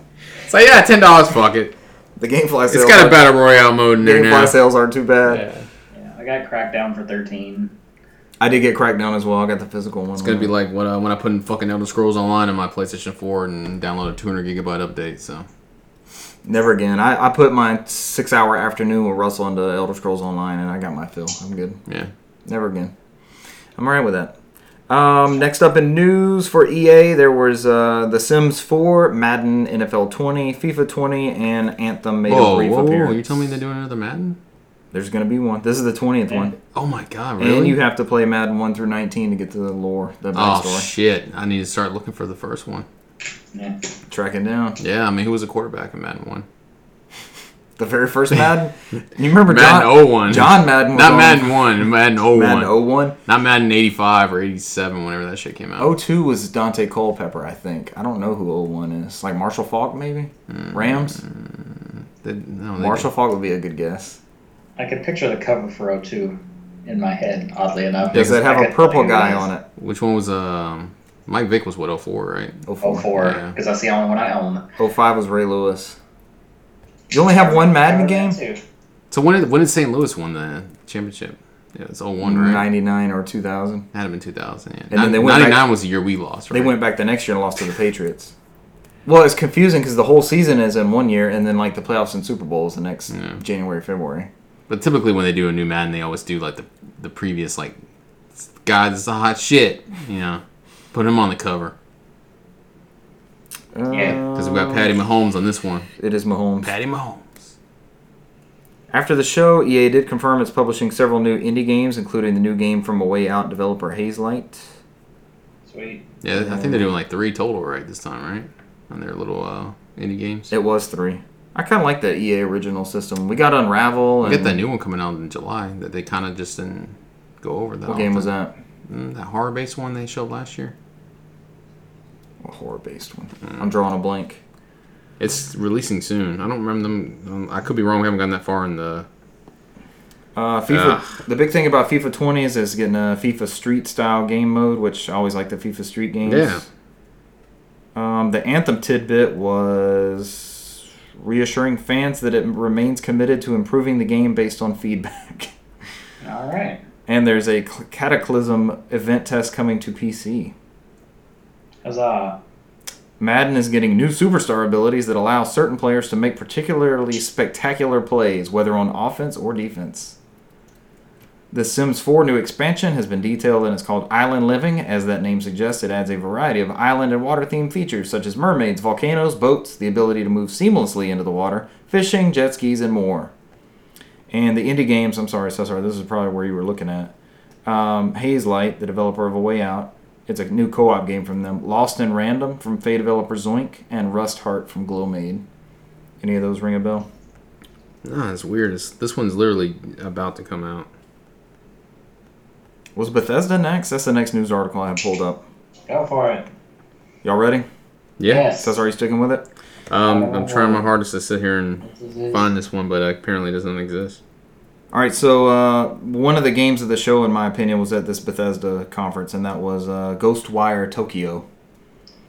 B: So yeah, ten dollars. Fuck it.
A: the GameFly sales,
B: It's got a
A: aren't-
B: battle royale mode in there now.
A: GameFly sales aren't too bad.
C: Yeah, I got Crackdown for thirteen.
A: I did get Crackdown as well. I got the physical one.
B: It's gonna be like what uh, when I put in fucking Elder Scrolls Online on my PlayStation 4 and download a 200 gigabyte update. So
A: Never again. I, I put my six hour afternoon with Russell into Elder Scrolls Online and I got my fill. I'm good.
B: yeah,
A: Never again. I'm alright with that. Um, next up in news for EA, there was uh, The Sims 4, Madden, NFL 20, FIFA 20, and Anthem made a
B: Whoa,
A: brief
B: whoa, whoa!
A: appearance.
B: You telling me they're doing another Madden?
A: There's gonna be one. This is the 20th one,
B: Oh my god! Really?
A: and you have to play Madden 1 through 19 to get to the lore, the
B: oh
A: backstory,
B: shit! I need to start looking for the first one.
C: Yeah.
A: track it down.
B: Yeah, I mean, who was a quarterback in Madden One?
A: The very first Madden. you remember
B: Madden
A: John?
B: 01.
A: John Madden. Was
B: Not
A: on
B: Madden oh One. Madden 01.
A: Madden oh- 01.
B: Not Madden 85 or 87, whenever that shit came out.
A: 02 was Dante Culpepper, I think. I don't know who 01 is. Like Marshall Falk, maybe?
B: Hmm,
A: Rams?
B: They- no, they
A: Marshall Falk would be a good guess.
C: I could picture the cover for O2 in my head, oddly enough.
A: Does that
C: I
A: have a
C: could
A: purple
C: tell you
A: guy
C: it is
A: on it?
B: did. Which one was um? Mike Vick was what 04, right?
A: 04.
C: 04,
B: Yeah.
C: because that's the only one I own.
A: 05 was Ray Lewis. You only have one Madden game?
C: Too.
B: So when did when did St. Louis win the championship? Yeah, it's 01, right?
A: 99 or 2000.
B: Had him in 2000. Yeah.
A: then
B: Nin-
A: they went
B: 99
A: back-
B: was the year we lost. Right?
A: They went back the next year and lost to the Patriots. Well, it's confusing because the whole season is in one year, and then like the playoffs and Super Bowl is the next
B: Yeah.
A: January, February.
B: But typically when they do a new Madden, they always do like the the previous like, God, this is a hot shit. You know, put him on the cover
C: Yeah.
B: because we got Patty Mahomes on this one.
A: Uh, It is Mahomes.
B: Patty Mahomes.
A: After the show, EA did confirm it's publishing several new indie games, including the new game from a way out developer Hazelight.
C: Sweet.
B: Yeah, I think they're doing like three total right this time, right? On their little uh, indie games.
A: It was three. I kind of like the EA original system. We got Unravel.
B: We
A: And
B: got that new one coming out in July that they kind of just didn't go over. That
A: What game was
B: often.
A: that?
B: Mm, that horror based one they showed last year.
A: A horror based one.
B: Mm.
A: I'm drawing a blank.
B: It's releasing soon. I don't remember them. um, I could be wrong. We haven't gotten that far in the.
A: Uh, FIFA. The big thing about FIFA 20 is it's getting a FIFA Street style game mode, which I always like the FIFA Street games.
B: Yeah.
A: Um, the anthem tidbit was reassuring fans that it remains committed to improving the game based on feedback.
C: All right.
A: and there's a cl- Cataclysm event test coming to PC.
C: Huzzah.
A: Madden is getting new superstar abilities that allow certain players to make particularly spectacular plays, whether on offense or defense. The Sims 4 new expansion has been detailed and is called Island Living. As that name suggests, it adds a variety of island and water themed features such as mermaids, volcanoes, boats, the ability to move seamlessly into the water, fishing, jet skis, and more. And the indie games, I'm sorry, so sorry, this is probably where you were looking at. Um, Haze Light, the developer of A Way Out, it's a new co op game from them. Lost in Random from Fey developer Zoink, and Rust Heart from Glowmade. Any of those ring a bell?
B: No, it's weird. It's, this one's literally about to come out.
A: Was Bethesda next? That's the next news article I have pulled up.
C: Go for it.
A: Y'all ready?
B: Yeah.
C: Yes.
A: Cesar, are you sticking with it?
B: Um, I'm trying my hardest to sit here and
C: This is it.
B: find this one, but uh, apparently it doesn't exist.
A: All right, so uh, one of the games of the show, in my opinion, was at this Bethesda conference, and that was uh, Ghostwire Tokyo.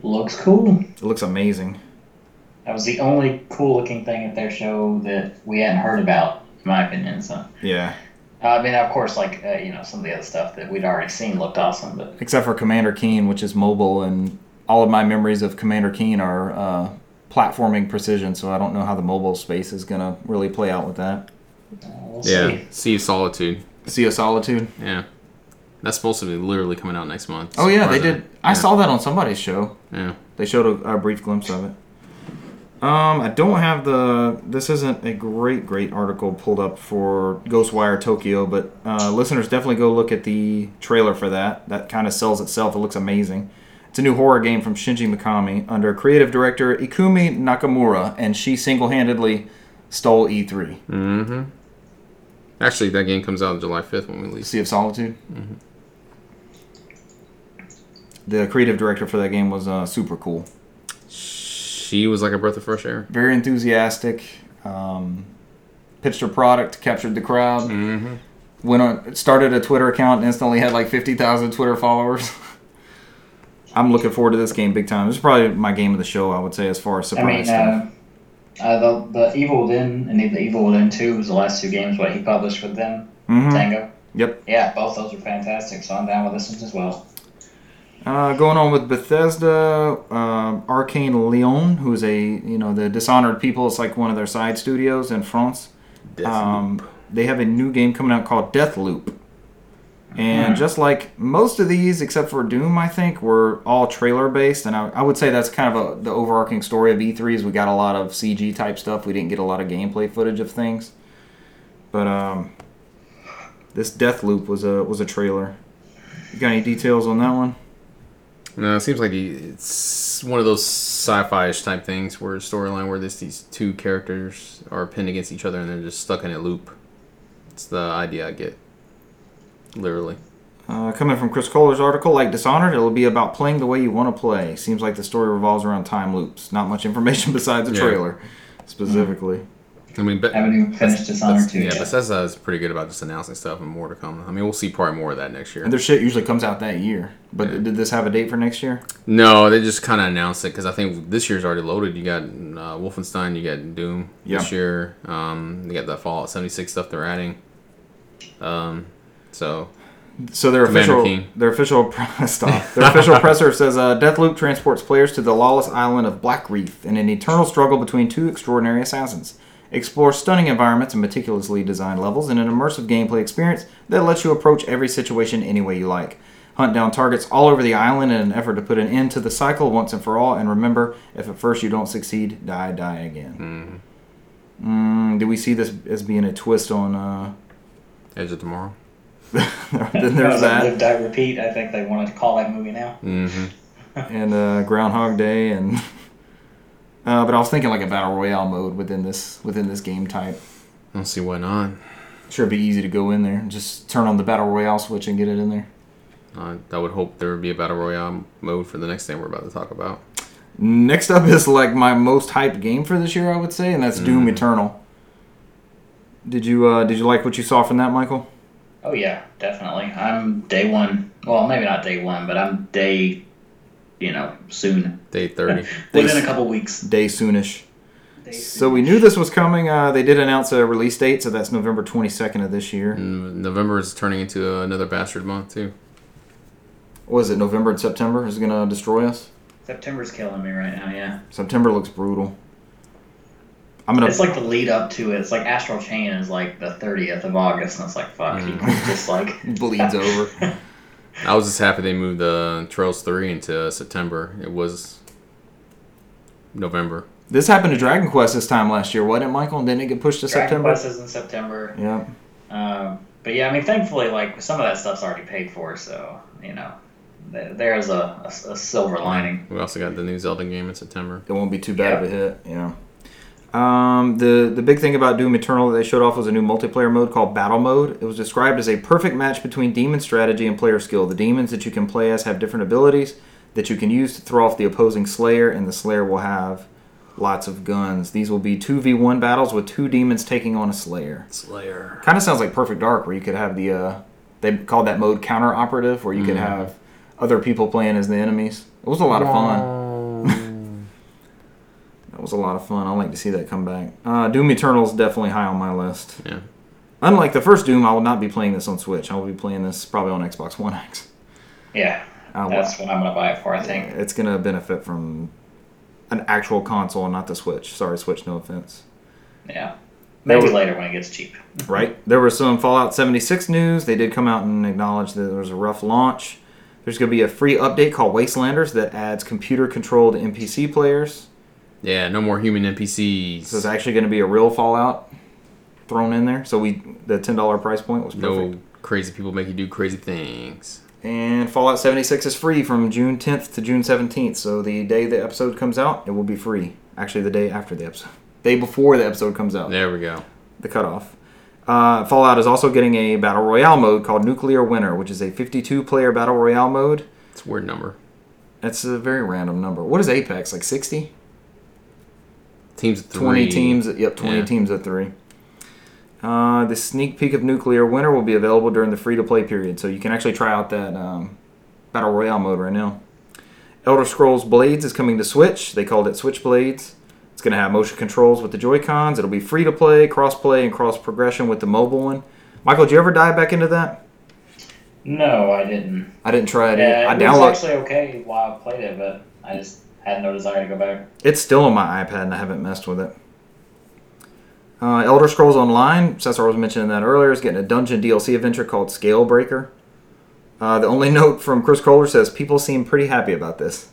C: Looks cool.
A: It looks amazing.
C: That was the only cool looking thing at their show that we hadn't heard about, in my opinion. So,
A: Yeah.
C: I mean, of course, like uh, you know, some of the other stuff that we'd already seen looked awesome, but uh,
A: Except for Commander Keen, which is mobile, and all of my memories of Commander Keen are uh, platforming precision, so I don't know how the mobile space is going to really play out with that.
C: uh, we'll
B: Yeah.
C: see.
B: Sea of Solitude.
A: Sea of Solitude.
B: Yeah. That's supposed to be literally coming out next month.
A: Oh, yeah, they
B: Surprising.
A: did. I saw that on somebody's show.
B: Yeah.
A: They showed a, a brief glimpse of it. Um, I don't have the. This isn't a great, great article pulled up for Ghostwire Tokyo, but uh, listeners definitely go look at the trailer for that. That kind of sells itself. It looks amazing. It's a new horror game from Shinji Mikami under creative director Ikumi Nakamura, and she single handedly stole E E3.
B: Mm-hmm. Actually, that game comes out on July 5th when we leave.
A: Sea of Solitude. The creative director for that game was uh, super cool.
B: She was like a breath of fresh air.
A: very enthusiastic. Um, pitched her product, captured the crowd.
B: Mm-hmm.
A: Went on, started a Twitter account, and instantly had like fifty thousand Twitter followers. I'm looking forward to this game big time. This is probably my game of the show, I would say, as far as
C: I
A: surprise
C: mean,
A: stuff.
C: uh, uh, the the Evil Within and the Evil Within Two was the last two games what he published with them
A: Mhm.
C: Tango.
A: Yep.
C: Yeah, both those were fantastic. So I'm down with this one as well.
A: Uh, going on with Bethesda, uh, Arcane Leon, who's a you know the Dishonored people, it's like one of their side Um, studios in France. Um, they have a new game coming out called Death Loop. And just like most of these, except for Doom, I think, were all trailer based. And I, I would say that's kind of a, the overarching story of E3 is we got a lot of CG type stuff. We didn't get a lot of gameplay footage of things. But um, this Death Loop was a was a trailer. You got any details on that one?
B: No, it seems like he, it's one of those sci-fi-ish type things where storyline where this these two characters are pinned against each other and they're just stuck in a loop. It's the idea I get, literally.
A: Uh, coming from Chris Kohler's article, like Dishonored, it'll be about playing the way you want to play. Seems like the story revolves around time loops. Not much information besides the
B: Yeah.
A: trailer, specifically.
B: I mean, but,
C: I haven't even finished Dishonored two
B: yeah,
C: yet.
B: Bethesda is pretty good about just announcing stuff and more to come. I mean, we'll see probably more of that next year.
A: And their shit usually comes out that year. But
B: Yeah.
A: did this have a date for next year?
B: No, they just kind of announced it because I think this year's already loaded. You got uh, Wolfenstein, you got Doom this
A: Yeah.
B: year. Um, they got the Fallout 76 stuff they're adding. Um, so
A: So their
B: Commander
A: official
B: Keen.
A: their official pre- stop. Their official presser says uh, Deathloop transports players to the lawless island of Black Reef in an eternal struggle between two extraordinary assassins. Explore stunning environments and meticulously designed levels in an immersive gameplay experience that lets you approach every situation any way you like. Hunt down targets all over the island in an effort to put an end to the cycle once and for all. And remember, if at first you don't succeed, die, die again. Mm, do we see this as being a twist on? Uh,
B: Edge of Tomorrow.
A: then
C: That
A: there's
C: was
A: that.
C: a Live, Die, Repeat. I think they wanted to call that movie now.
B: Mm-hmm.
A: and uh, Groundhog Day, and uh, but I was thinking like a battle royale mode within this within this game type.
B: I don't see why not.
A: Sure, it'd be easy to go in there and just turn on the battle royale switch and get it in there.
B: I, I would hope there would be a battle royale mode for the next thing we're about to talk about.
A: Next up is like my most hyped game for this year, I would say, and that's Doom Eternal. Did you uh, did you like what you saw from that, Michael?
C: Oh yeah, definitely. I'm day one. Well, maybe not day one, but I'm day, you know, soon.
B: Day 30.
C: Within a couple weeks.
A: Day soonish.
C: Day
A: So we knew this was coming. Uh, they did announce a release date, so that's November twenty second of this year.
B: Mm, November is turning into another bastard month, too.
A: Was it November and September is gonna destroy us?
C: September's killing me right now. Yeah,
A: September looks brutal. I'm gonna
C: it's like the lead up to it. It's like Astral Chain is like the 30th of August, and it's like fuck, you can just like
A: bleeds over.
B: I was just happy they moved the Trails 3 into September. It was November.
A: This happened to Dragon Quest this time last year, wasn't it, Michael? And then it get pushed to
C: Dragon
A: September.
C: Quest is in September.
A: Yeah.
C: Um, but yeah, I mean, thankfully, like some of that stuff's already paid for, so you know, th- there's a, a s- a silver lining.
B: We also got the new Zelda game in September.
A: It won't be too bad of a hit. Yeah. Um, the the big thing about Doom Eternal that they showed off was a new multiplayer mode called Battle Mode. It was described as a perfect match between demon strategy and player skill. The demons that you can play as have different abilities that you can use to throw off the opposing Slayer, and the Slayer will have lots of guns. These will be two v one battles with two demons taking on a Slayer.
B: Slayer.
A: kind of sounds like Perfect Dark, where you could have the uh, they called that mode counter operative, where you could have other people playing as the enemies. It was a lot of fun. That was a lot of fun. I like to see that come back. Uh, Doom Eternal is definitely high on my list.
B: Yeah.
A: Unlike the first Doom, I will not be playing this on Switch. I will be playing this probably on Xbox One X.
C: Yeah,
A: Uh,
C: that's what I'm gonna buy it for. I think.
A: it's gonna benefit from an actual console, and not the Switch. Sorry, Switch. No offense.
C: Yeah, maybe
A: was-
C: later when it gets cheap.
A: right? There was some Fallout 76 news. They did come out and acknowledge that there was a rough launch. There's going to be a free update called Wastelanders that adds computer controlled NPC players.
B: Yeah, no more human NPCs.
A: So it's actually going to be a real Fallout thrown in there. So we the $10 price point was
B: no
A: perfect.
B: crazy people make you do crazy things.
A: And Fallout 76 is free from June 10th to June 17th. So the day the episode comes out, it will be free. Actually, the day after the episode. Day before the episode comes out.
B: There we go.
A: the cutoff. Uh, Fallout is also getting a battle royale mode called Nuclear Winter, which is a 52-player battle royale mode.
B: It's a weird number.
A: That's a very random number. What is Apex? Like 60?
B: Teams of three.
A: 20 teams. Yep, 20
B: Yeah.
A: teams at three. Uh, the sneak peek of Nuclear Winter will be available during the free-to-play period, so you can actually try out that um, battle royale mode right now. Elder Scrolls Blades is coming to Switch. They called it Switch Blades. It's going to have motion controls with the Joy Cons. It'll be free to play, cross play, and cross progression with the mobile one. Michael, did you ever dive back into that?
C: No, I didn't.
A: I didn't try it.
C: Yeah,
A: I
C: it was
A: downloaded.
C: actually okay while I played it, but I just had no desire to go back.
A: It's still on my iPad, and I haven't messed with it. Uh, Elder Scrolls Online. Cesar was mentioning that earlier. Is getting a dungeon DLC adventure called Scalebreaker. Uh, the only note from Chris Kohler says people seem pretty happy about this.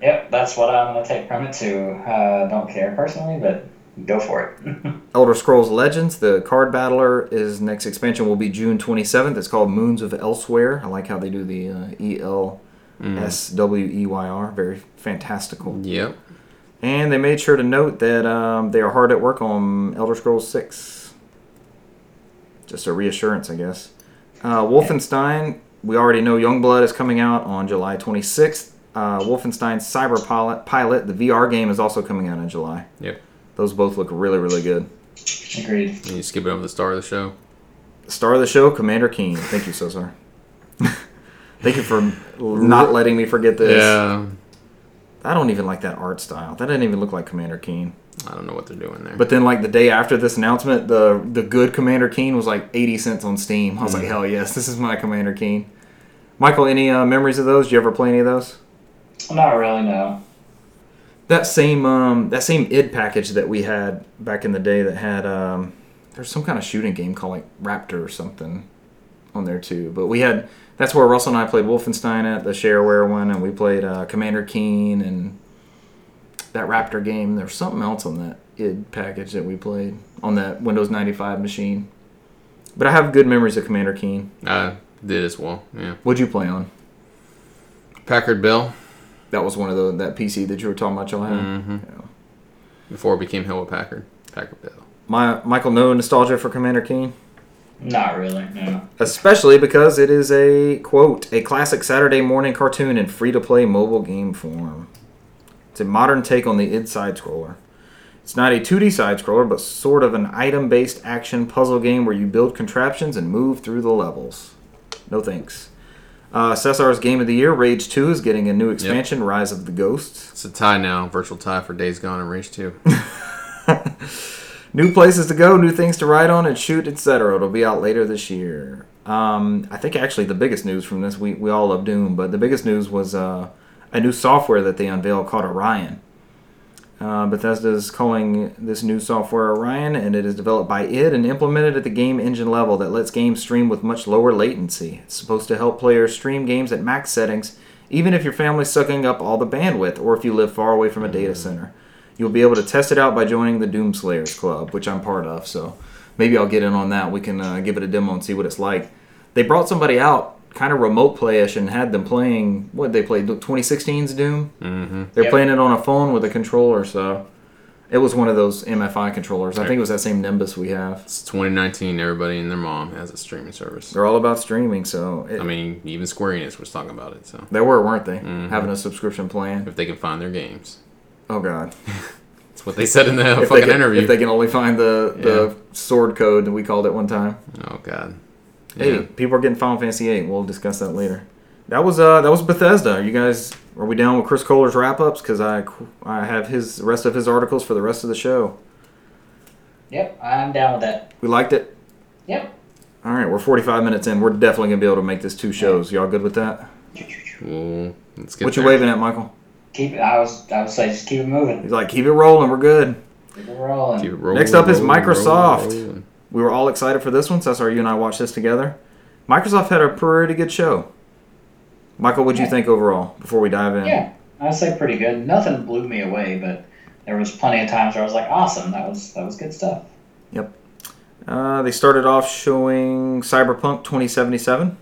C: Yep, that's what I'm gonna take from it too. Uh, don't care personally, but go for it.
A: Elder Scrolls Legends, the card battler, is next expansion will be June 27th. It's called Moons of Elsewhere. I like how they do the uh, E L S W E Y R. Very fantastical.
B: Yep.
A: And they made sure to note that um, they are hard at work on Elder Scrolls 6. Just a reassurance, I guess. Uh, Wolfenstein, we already know Youngblood is coming out on July 26th. Uh, Wolfenstein Cyber Pilot, Pilot, the VR game, is also coming out in July.
B: Yep.
A: Those both look really, really good.
C: Agreed.
B: And you skip it over the star of the show.
A: Star of the show, Commander Keen. Thank you, Cesar. Thank you for not letting me forget this.
B: Yeah.
A: I don't even like that art style. That didn't even look like Commander Keen.
B: I don't know what they're doing there.
A: But then, like the day after this announcement, the the good Commander Keen was like eighty cents on Steam. I was like, hell yes, this is my Commander Keen. Michael, any uh, memories of those? Do you ever play any of those?
C: Not really, no.
A: That same um, that same id package that we had back in the day that had um, there's some kind of shooting game called like Raptor or something on there too. But we had that's where Russell and I played Wolfenstein at the shareware one, and we played uh, Commander Keen and that Raptor game. There's something else on that id package that we played on that Windows 95 machine. But I have good memories of Commander Keen.
B: I did as well. Yeah.
A: What'd you play on?
B: Packard Bell
A: That was one of the that PC that you were talking about, y'all had.
B: Mm-hmm.
A: Yeah.
B: before it became Hewlett Packard. Packard Bell.
A: My Michael, no nostalgia for Commander Keen.
C: Not really, no.
A: especially because it is a quote a classic saturday morning cartoon in free-to-play mobile game form it's a modern take on the id side scroller it's not a 2d side scroller but sort of an item-based action puzzle game where you build contraptions and move through the levels no thanks uh, Cesar's Game of the Year, Rage 2, is getting a new expansion, Rise of the Ghosts.
B: It's a tie now. Virtual tie for Days Gone and Rage 2.
A: New places to go, new things to ride on and shoot, etc. It'll be out later this year. Um, I think actually the biggest news from this, we, we all love Doom, but the biggest news was uh, a new software that they unveiled called Orion. Uh, Bethesda is calling this new software Orion, and it is developed by id and implemented at the game engine level that lets games stream with much lower latency. It's supposed to help players stream games at max settings, even if your family's sucking up all the bandwidth or if you live far away from a data center. You'll be able to test it out by joining the Doomslayers Club, which I'm part of, so maybe I'll get in on that. We can uh, give it a demo and see what it's like. They brought somebody out, kind of remote playish, and had them playing, what they played, 2016's Doom?
B: mm-hmm.
A: They're
C: Yep.
A: playing it on a phone with a controller, so it was one of those MFI controllers. I think it was that same Nimbus we have.
B: It's 2019. Everybody and their mom has a streaming service.
A: They're all about streaming, so it,
B: I mean, Mm-hmm. even Square Enix was talking about it. So
A: they were, weren't they? Having a subscription plan.
B: if they can find their games,
A: Oh God!
B: that's what they said in the
A: If they
B: fucking
A: can,
B: interview.
A: If they can only find the the sword code that we called it one time.
B: oh God.
A: Hey,
B: Yeah.
A: people are getting Final Fantasy VIII. We'll discuss that later. That was uh that was Bethesda. Are you guys are we down with Chris Kohler's wrap ups? Because I I have his rest of his articles for the rest of the show.
C: Yep, I'm down with that.
A: We liked it.
C: Yep.
A: All right, we're 45 minutes in. We're definitely gonna be able to make this two shows. Y'all good with that?
B: Well, let's get
A: What you
B: there.
A: waving at, Michael?
C: Keep it. I was. I would say just keep it moving.
A: He's like, keep it rolling. We're good.
C: Keep it rolling.
B: Keep it rolling,
A: Next up is
B: rolling, rolling,
A: Microsoft.
B: rolling.
A: We were all excited for this one. Cesar, you and I watched this together. Microsoft had a pretty good show. Michael, what'd you
C: Yeah.
A: think overall before we dive in?
C: Yeah, I'd say pretty good. Nothing blew me away, but there was plenty of times where I was like, awesome. That was that was good stuff.
A: Uh, they started off showing Cyberpunk 2077.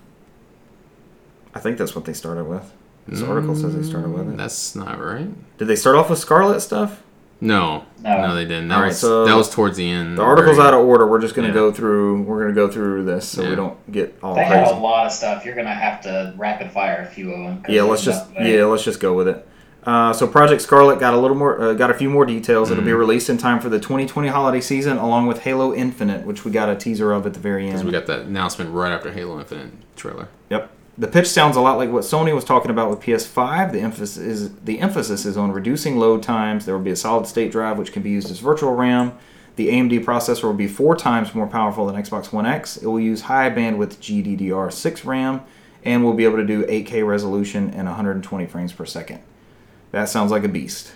A: I think that's what they started with. This article says they started with it.
B: Mm, That's not right.
A: Did they start off with Scarlet stuff?
B: No,
C: No.
B: no, they didn't. That
A: All right,
B: was
A: so
B: that was towards the end.
A: The article's
B: very-
A: out of order. We're just gonna
B: Yeah.
A: go through. We're gonna go through this so we
B: Yeah.
A: don't get all
C: they had a
A: crazy.
C: lot of stuff. You're gonna have to rapid fire a few of them. 'cause
A: Yeah, let's
C: there's
A: just
C: no way.
A: yeah, let's just go with it. Uh, so Project Scarlet got a little more, uh, got a few more details. It'll
B: Mm-hmm.
A: be released in time for the 2020 holiday season, along with Halo Infinite, which we got a teaser of at the very end.
B: So we got that announcement right after Halo Infinite trailer.
A: Yep. The pitch sounds a lot like what Sony was talking about with PS5. The emphasis is the emphasis is on reducing load times. There will be a solid state drive which can be used as virtual RAM. The AMD processor will be four times more powerful than Xbox One X. It will use high bandwidth GDDR6 RAM and will be able to do 8K resolution and 120 frames per second. That sounds like a beast.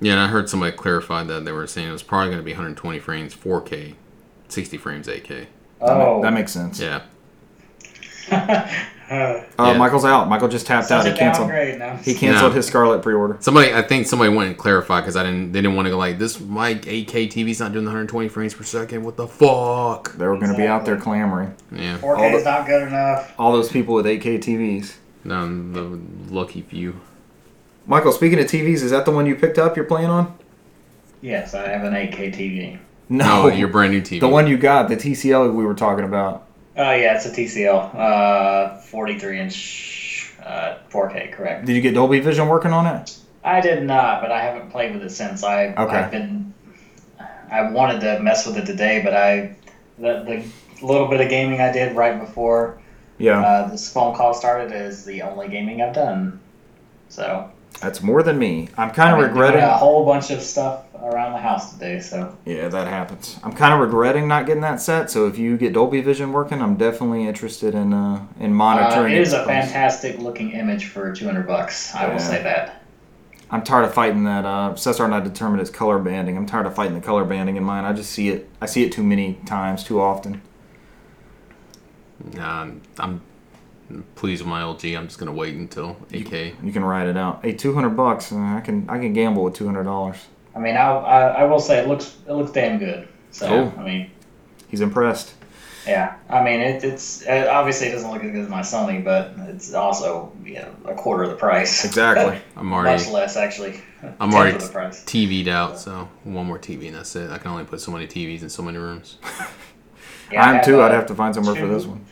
B: Yeah, and I heard somebody clarify that they were saying it was probably going to be 120 frames 4K, 60 frames 8K.
A: That ma-
C: Oh,
A: That makes sense.
B: Yeah,
C: uh,
A: Uh,
B: Yeah.
A: Michael's out. Michael just tapped
C: such
A: out. He
C: a
A: canceled.
C: downgrade. No, I'm
A: He
C: just-
A: canceled
B: No.
A: his Scarlet pre-order.
B: Somebody, I think somebody went and clarified because I didn't. They didn't want to go like this. Mike 8K TV's not doing the 120 frames per second. What the fuck?
A: They were going to be out there
C: Exactly.
A: clamoring.
B: Yeah.
C: 4K
A: all
C: is not good enough.
A: All those people with 8K TVs.
B: No, Um, the lucky few.
A: Michael, speaking of TVs, is that the one you picked up? You're playing on?
C: Yes, I have an 8K TV.
B: No, your brand new TV.
A: the one you got, the TCL we were talking about.
C: Oh yeah, it's a TCL, uh, 43 inch, uh, 4K, correct.
A: Did you get Dolby Vision working on it?
C: I did not, but I haven't played with it since. I
A: Okay.
C: I've been I wanted to mess with it today, but I the, the little bit of gaming I did right before
A: Yeah,
C: uh, this phone call started is the only gaming I've done. So
A: that's more than me. I'm kind
C: I've
A: of
C: been doing
A: regretting.
C: a whole bunch of stuff around the house today. So
A: Yeah, that happens. I'm kind of regretting not getting that set. So if you get Dolby Vision working, I'm definitely interested in uh, in
C: uh,
A: monitoring.
C: it is a
A: its progress.
C: fantastic looking image for 200 bucks. I
A: Yeah.
C: will say that.
A: I'm tired of fighting that. Uh, Cesar not determined its color banding. I'm tired of fighting the color banding in mine. I just see it. I see it too many times, too often.
B: Nah, I'm- Um, I'm pleased with my LG. I'm just gonna wait until 8K.
A: You can ride it out. Hey, two hundred bucks. uh, I can I can gamble with two hundred dollars.
C: I mean, I, I I will say it looks it looks damn good. So
A: Cool.
C: I mean.
A: He's impressed.
C: Yeah, I mean, it, it's it obviously it doesn't look as good as my Sony, but it's also you know, a quarter of the price.
A: Exactly.
B: I'm
C: Much
B: already
C: less actually.
B: I'm
C: Tenth
B: already-
C: of the price.
B: TV'd out, so one more TV and that's it. I can only put so many TVs in so many rooms.
C: Yeah, I
A: I'm
C: have,
A: too.
C: uh,
A: I'd have to find somewhere for
C: two.
A: this one.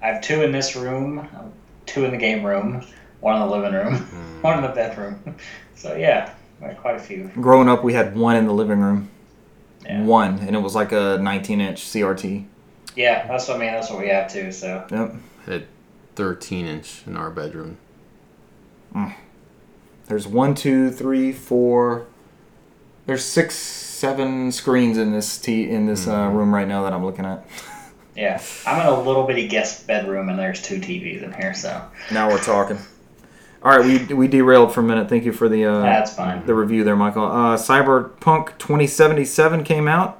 C: I have two in this room, two in the game room, one in the living room, one in the bedroom. So yeah, like, quite a few.
A: Growing up, we had one in the living room.
C: Yeah.
A: One, and it was like a 19 inch CRT.
C: Yeah, that's what I mean. That's what we have too. So
A: Yep.
B: I had 13 inch in our bedroom.
A: There's one, two, three, four. There's six, seven screens in this t in this uh,
C: Mm-hmm.
A: room right now that I'm looking at.
C: yeah, I'm in a little bitty guest bedroom, and there's two TVs in here. So
A: Now we're talking. All right, we we derailed for a minute. Thank you for the uh,
C: that's fine.
A: the review there, Michael. Uh, Cyberpunk 2077 came out.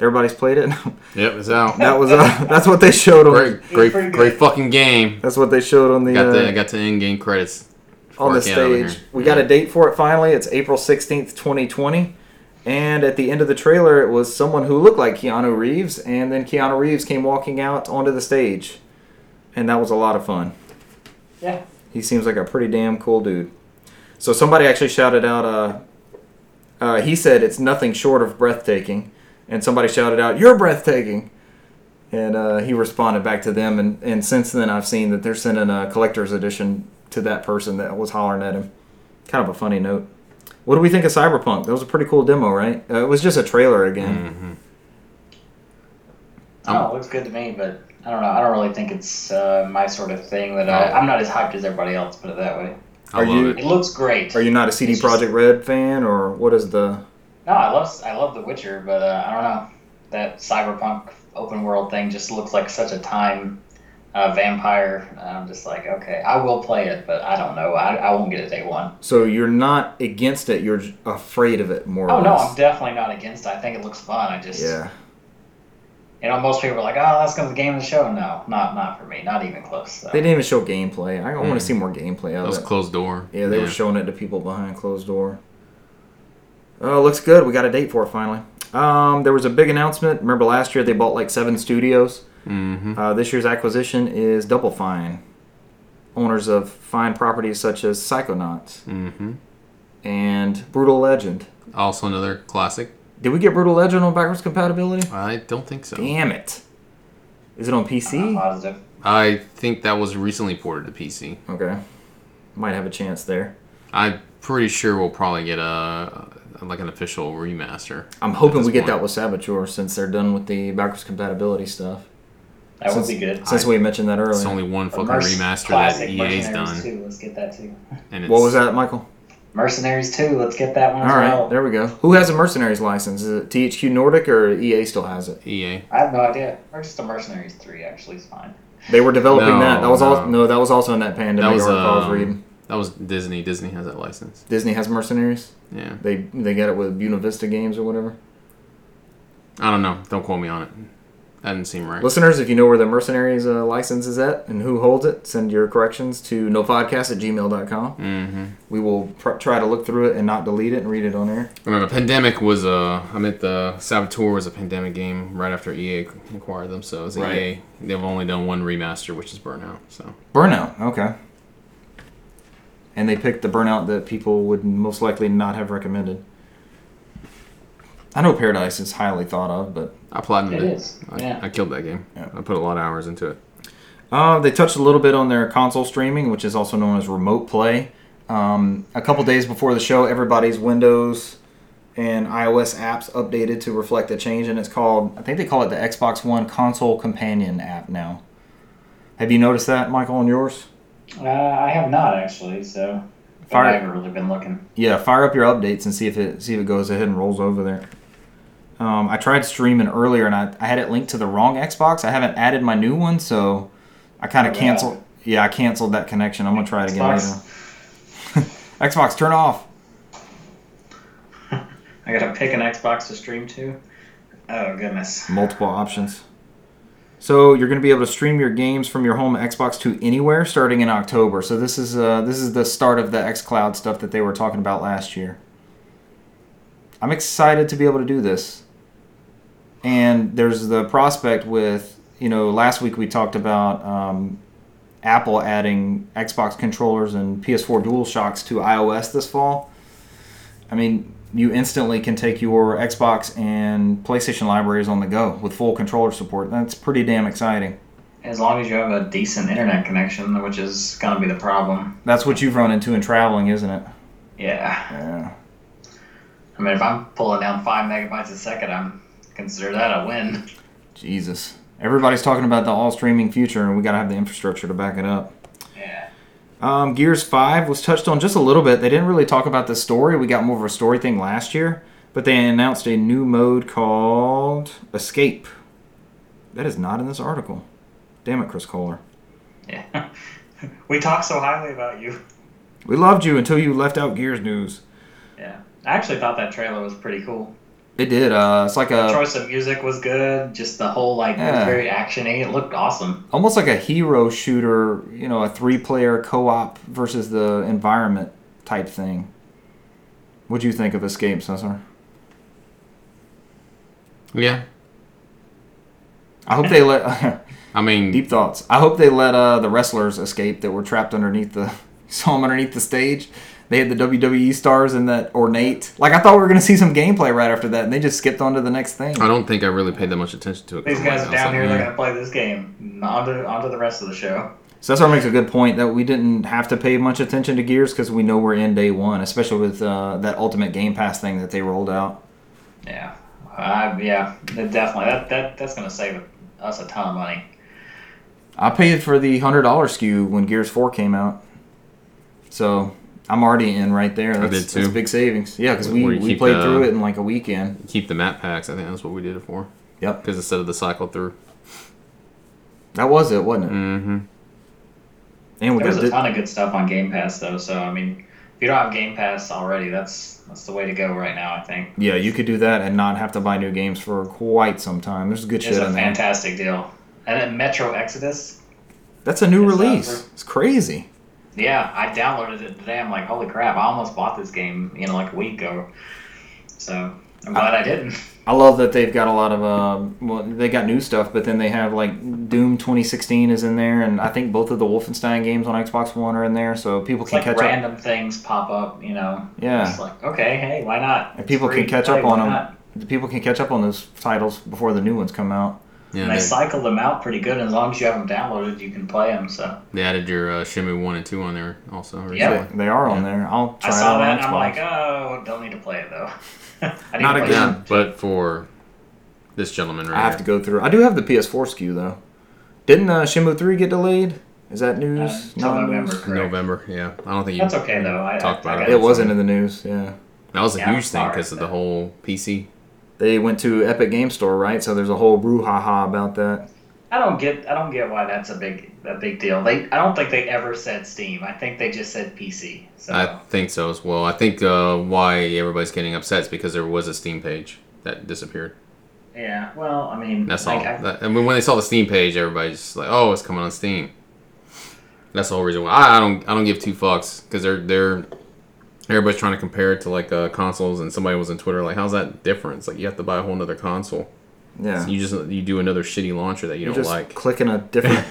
A: Everybody's played it.
B: Yep, it's out.
A: that was uh, that's what they showed on.
B: Great,
C: pretty
B: great,
C: good.
B: great fucking game.
A: That's what they showed on the,
B: Got
A: uh,
B: the I got the in game credits.
A: on the
B: Mark it out over
A: stage.
B: here.
A: We got a date for it finally. It's April 16th, 2020. And at the end of the trailer, it was someone who looked like Keanu Reeves, and then Keanu Reeves came walking out onto the stage. And that was a lot of fun.
C: Yeah,
A: He seems like a pretty damn cool dude. So somebody actually shouted out, uh, uh, he said it's nothing short of breathtaking. And somebody shouted out, You're breathtaking! And uh, he responded back to them. And, and since then, I've seen that they're sending a collector's edition to that person that was hollering at him. Kind of a funny note. What do we think of Cyberpunk? That was a pretty cool demo, right? Uh, it was just a trailer again.
B: Mm-hmm.
C: Oh, it looks good to me, but I don't know. I don't really think it's uh, my sort of thing. That I,
B: Oh.
C: I'm not as hyped as everybody else. Put it that way.
B: I
A: Are
B: love
A: you-
B: it.
C: It looks great.
A: Are you not a CD
C: It's just-
A: Projekt Red fan, or what is the.
C: No, I love I love The Witcher, but uh, I don't know that cyberpunk open world thing just looks like such a time uh, vampire. And I'm just like, okay, I will play it, but I don't know. I, I won't get it day one.
A: So you're not against it, you're j- afraid of it more or
C: Oh no,
A: less.
C: I'm definitely not against. it. I think it looks fun. I just
A: Yeah.
C: you know most people are like, oh, that's gonna be the game of the show. No, not not for me. Not even close. So.
A: They didn't even show gameplay. I want
B: Mm.
A: to see more gameplay
B: That
A: out
B: was
A: of
B: a
A: it.
B: closed door.
A: Yeah, they were showing it to people behind closed door. Oh, looks good. We got a date for it finally. Um, there was a big announcement. Remember last year they bought like seven studios.
B: hmm
A: Uh, this year's acquisition is Double Fine, owners of fine properties such as Psychonauts
B: hmm
A: and Brutal Legend.
B: Also another classic.
A: Did we get Brutal Legend on backwards compatibility?
B: I don't think so.
A: Damn it! Is it on
C: I'm
A: PC?
C: not positive.
B: I think that was recently ported to PC.
A: Okay, might have a chance there.
B: I'm pretty sure we'll probably get a like an official remaster.
A: I'm
B: at
A: hoping
B: this
A: we get
B: point.
A: that with Saboteur since they're done with the backwards compatibility stuff.
C: That
A: since,
C: would be good. Uh,
A: Since we mentioned that
B: It's
A: earlier.
B: only one fucking
C: Merc-
B: remaster that
C: classic
B: EA's
C: Mercenaries
B: done,
C: 2, let's get that too.
B: and it's
A: what was that, Michael?
C: Mercenaries 2, let's get that one
A: All
C: as
A: right,
C: well.
A: there we go. Who has a mercenaries license? Is it THQ Nordic or EA still has it?
B: EA.
C: I have no idea. Or just a Mercenaries 3 actually is fine.
A: They were developing
B: No,
A: that. That was all.
B: no.
A: No, that was also in that pandemic
B: That was
A: article I was
B: um,
A: reading.
B: that was Disney. Disney has that license.
A: Disney has mercenaries.
B: Yeah,
A: They they got it with Buena Vista Games or whatever.
B: I don't know. Don't quote me on it. That didn't seem right.
A: Listeners, if you know where the Mercenaries uh, license is at and who holds it, send your corrections to nofodcast at gmail.com.
B: Mm-hmm.
A: We will pr- try to look through it and not delete it and read it on air.
B: And then the pandemic was uh, I meant the Saboteur was a pandemic game right after EA acquired them, so it's
A: Right.
B: EA. They've only done one remaster, which is Burnout. So
A: Burnout, okay. And they picked the burnout that people would most likely not have recommended. I know Paradise is highly thought of, but
B: I platinumed
C: It
B: it.
C: is.
B: I,
C: Yeah.
B: I killed that game.
A: Yeah.
B: I put a lot of hours into it.
A: Uh, they touched a little bit on their console streaming, which is also known as remote play. Um, a couple days before the show, everybody's Windows and iOS apps updated to reflect the change, and it's called, I think they call it the Xbox One Console Companion app now. Have you noticed that, Michael, on yours?
C: Uh, I have not actually, so but
A: Fire-
C: I haven't really been looking.
A: Yeah, fire up your updates and see if it see if it goes ahead and rolls over there. Um, I tried streaming earlier and I, I had it linked to the wrong Xbox. I haven't added my new one, so I kind
C: Oh,
A: of
C: wow.
A: canceled. Yeah, I canceled that connection. I'm gonna try it again later.
C: Xbox,
A: Xbox, turn off.
C: I gotta pick an Xbox to stream to. Oh goodness.
A: Multiple options. So you're going to be able to stream your games from your home Xbox to anywhere starting in October. So this is uh, this is the start of the XCloud stuff that they were talking about last year. I'm excited to be able to do this. And there's the prospect with you know last week we talked about um, Apple adding Xbox controllers and PS4 DualShocks to iOS this fall. I mean, you instantly can take your Xbox and PlayStation libraries on the go with full controller support. That's pretty damn exciting.
C: As long as you have a decent internet connection, which is gonna be the problem.
A: That's what you've run into in traveling, isn't it?
C: Yeah.
A: Yeah.
C: I mean, if I'm pulling down five megabytes a second, I'm consider that a win.
A: Jesus. Everybody's talking about the all streaming future, and we got to have the infrastructure to back it up.
C: Yeah.
A: Um, Gears 5 was touched on just a little bit. They didn't really talk about the story. We got more of a story thing last year, but they announced a new mode called Escape. That is not in this article. Damn it, Chris Kohler.
C: Yeah. we talk so highly about you.
A: We loved you until you left out Gears news.
C: Yeah. I actually thought that trailer was pretty cool.
A: It did. Uh, it's like a
C: Choice of music was good. Just the whole like it
A: Yeah.
C: was very actiony. It looked awesome.
A: almost like a hero shooter, you know, a three player co op versus the environment type thing. What do you think of Escape, Cesar?
B: Yeah.
A: I hope they let
B: I mean,
A: deep thoughts. I hope they let uh, the wrestlers escape that were trapped underneath the. Saw them underneath the stage. They had the WWE stars in that ornate. Like I thought we were gonna see some gameplay right after that, and they just skipped on to the next thing.
B: I don't think I really paid that much attention to it. 'cause
C: These
B: I'm
C: guys
B: like,
C: are
B: I was
C: down
B: like,
C: here. They're
B: "Eh."
C: gonna play this game. On to, on to the rest of the show.
A: Cesar makes a good point that we didn't have to pay much attention to Gears because we know we're in day one, especially with uh, that Ultimate Game Pass thing that they rolled out.
C: Yeah, uh, yeah, that definitely. That that that's gonna save us a ton of money.
A: I paid for the hundred dollar SKU when Gears Four came out, so I'm already in right there. That's,
B: did too.
A: that's big savings. Yeah, because
B: Where
A: we,
B: you
A: we
B: keep
A: played
B: the-
A: through it in like a weekend.
B: Keep the map packs. I think that's what we did it for.
A: Yep,
B: Because instead of the cycle through.
A: that was it, wasn't it?
B: Mm-hmm.
A: And we
C: There's
A: got
C: a
A: di-
C: ton of good stuff on Game Pass though. So I mean, if you don't have Game Pass already, that's that's the way to go right now. I think
A: yeah, you could do that and not have to buy new games for quite some time. There's good
C: it's
A: shit
C: a
A: on there.
C: fantastic deal. And then Metro Exodus.
A: That's a new
C: It's out
A: release.
C: for-
A: It's crazy.
C: Yeah, I downloaded it today. I'm like, holy crap! I almost bought this game, you know, like a week ago. So I'm glad I, didn't.
A: I love that they've got a lot of um, well, they got new stuff, but then they have like Doom 2016 is in there, and I think both of the Wolfenstein games on Xbox One are in there, so people
C: It's
A: can
C: like
A: catch up.
C: random things pop up, you know.
A: Yeah.
C: It's like okay, hey, why not?
A: And people
C: It's
A: can
C: free
A: catch
C: to play,
A: up on
C: why
A: them.
C: not?
A: The people can catch up on those titles before the new ones come out.
B: Yeah,
C: And they
B: they,
C: cycle them out pretty good. and As long as you have them downloaded, you can play them. So
B: they added your uh, Shimu 1 and 2 on there also. Recently.
C: Yeah.
A: They are on there. I'll try
C: I saw
A: it out
C: that and
A: on
C: I'm like,
A: Xbox.
C: oh, don't need to play it though. I need
A: Not
C: to play
A: again.
C: it.
B: Yeah, but for this gentleman right
A: I have to go through. I do have the PS4 SKU though. Didn't uh, Shenmue 3 get delayed? Is that
C: Uh,
A: news?
C: till November,
A: news?
B: here.
C: correct.
B: November, yeah. I don't think you
C: That's okay though. I,
B: talked
C: I,
B: about
C: I
B: it.
C: got
A: It wasn't in the news. Yeah.
B: That was a
C: Yeah, I'm
B: huge thing
C: sorry,
B: because of the
C: but-
B: whole PC.
A: They went to Epic Game Store, right? So there's a whole brouhaha about that.
C: I don't get. I don't get why that's a big a big deal. They. I don't think they ever said Steam. I think they just said PC. So
B: I think so as well. I think uh, why everybody's getting upset is because there was a Steam page that disappeared.
C: Yeah. Well, I mean,
B: That's all.
C: like, I-
B: That- and when when they saw the Steam page, everybody's just like, "Oh, it's coming on Steam." That's the whole reason why I, I don't I don't give two fucks because they're they're everybody's trying to compare it to like uh, consoles, and somebody was on Twitter like, "How's that difference? like you have to buy a whole nother console.
A: Yeah.
B: You just you do another shitty launcher that you
A: You're
B: don't
A: just
B: like."
A: clicking a different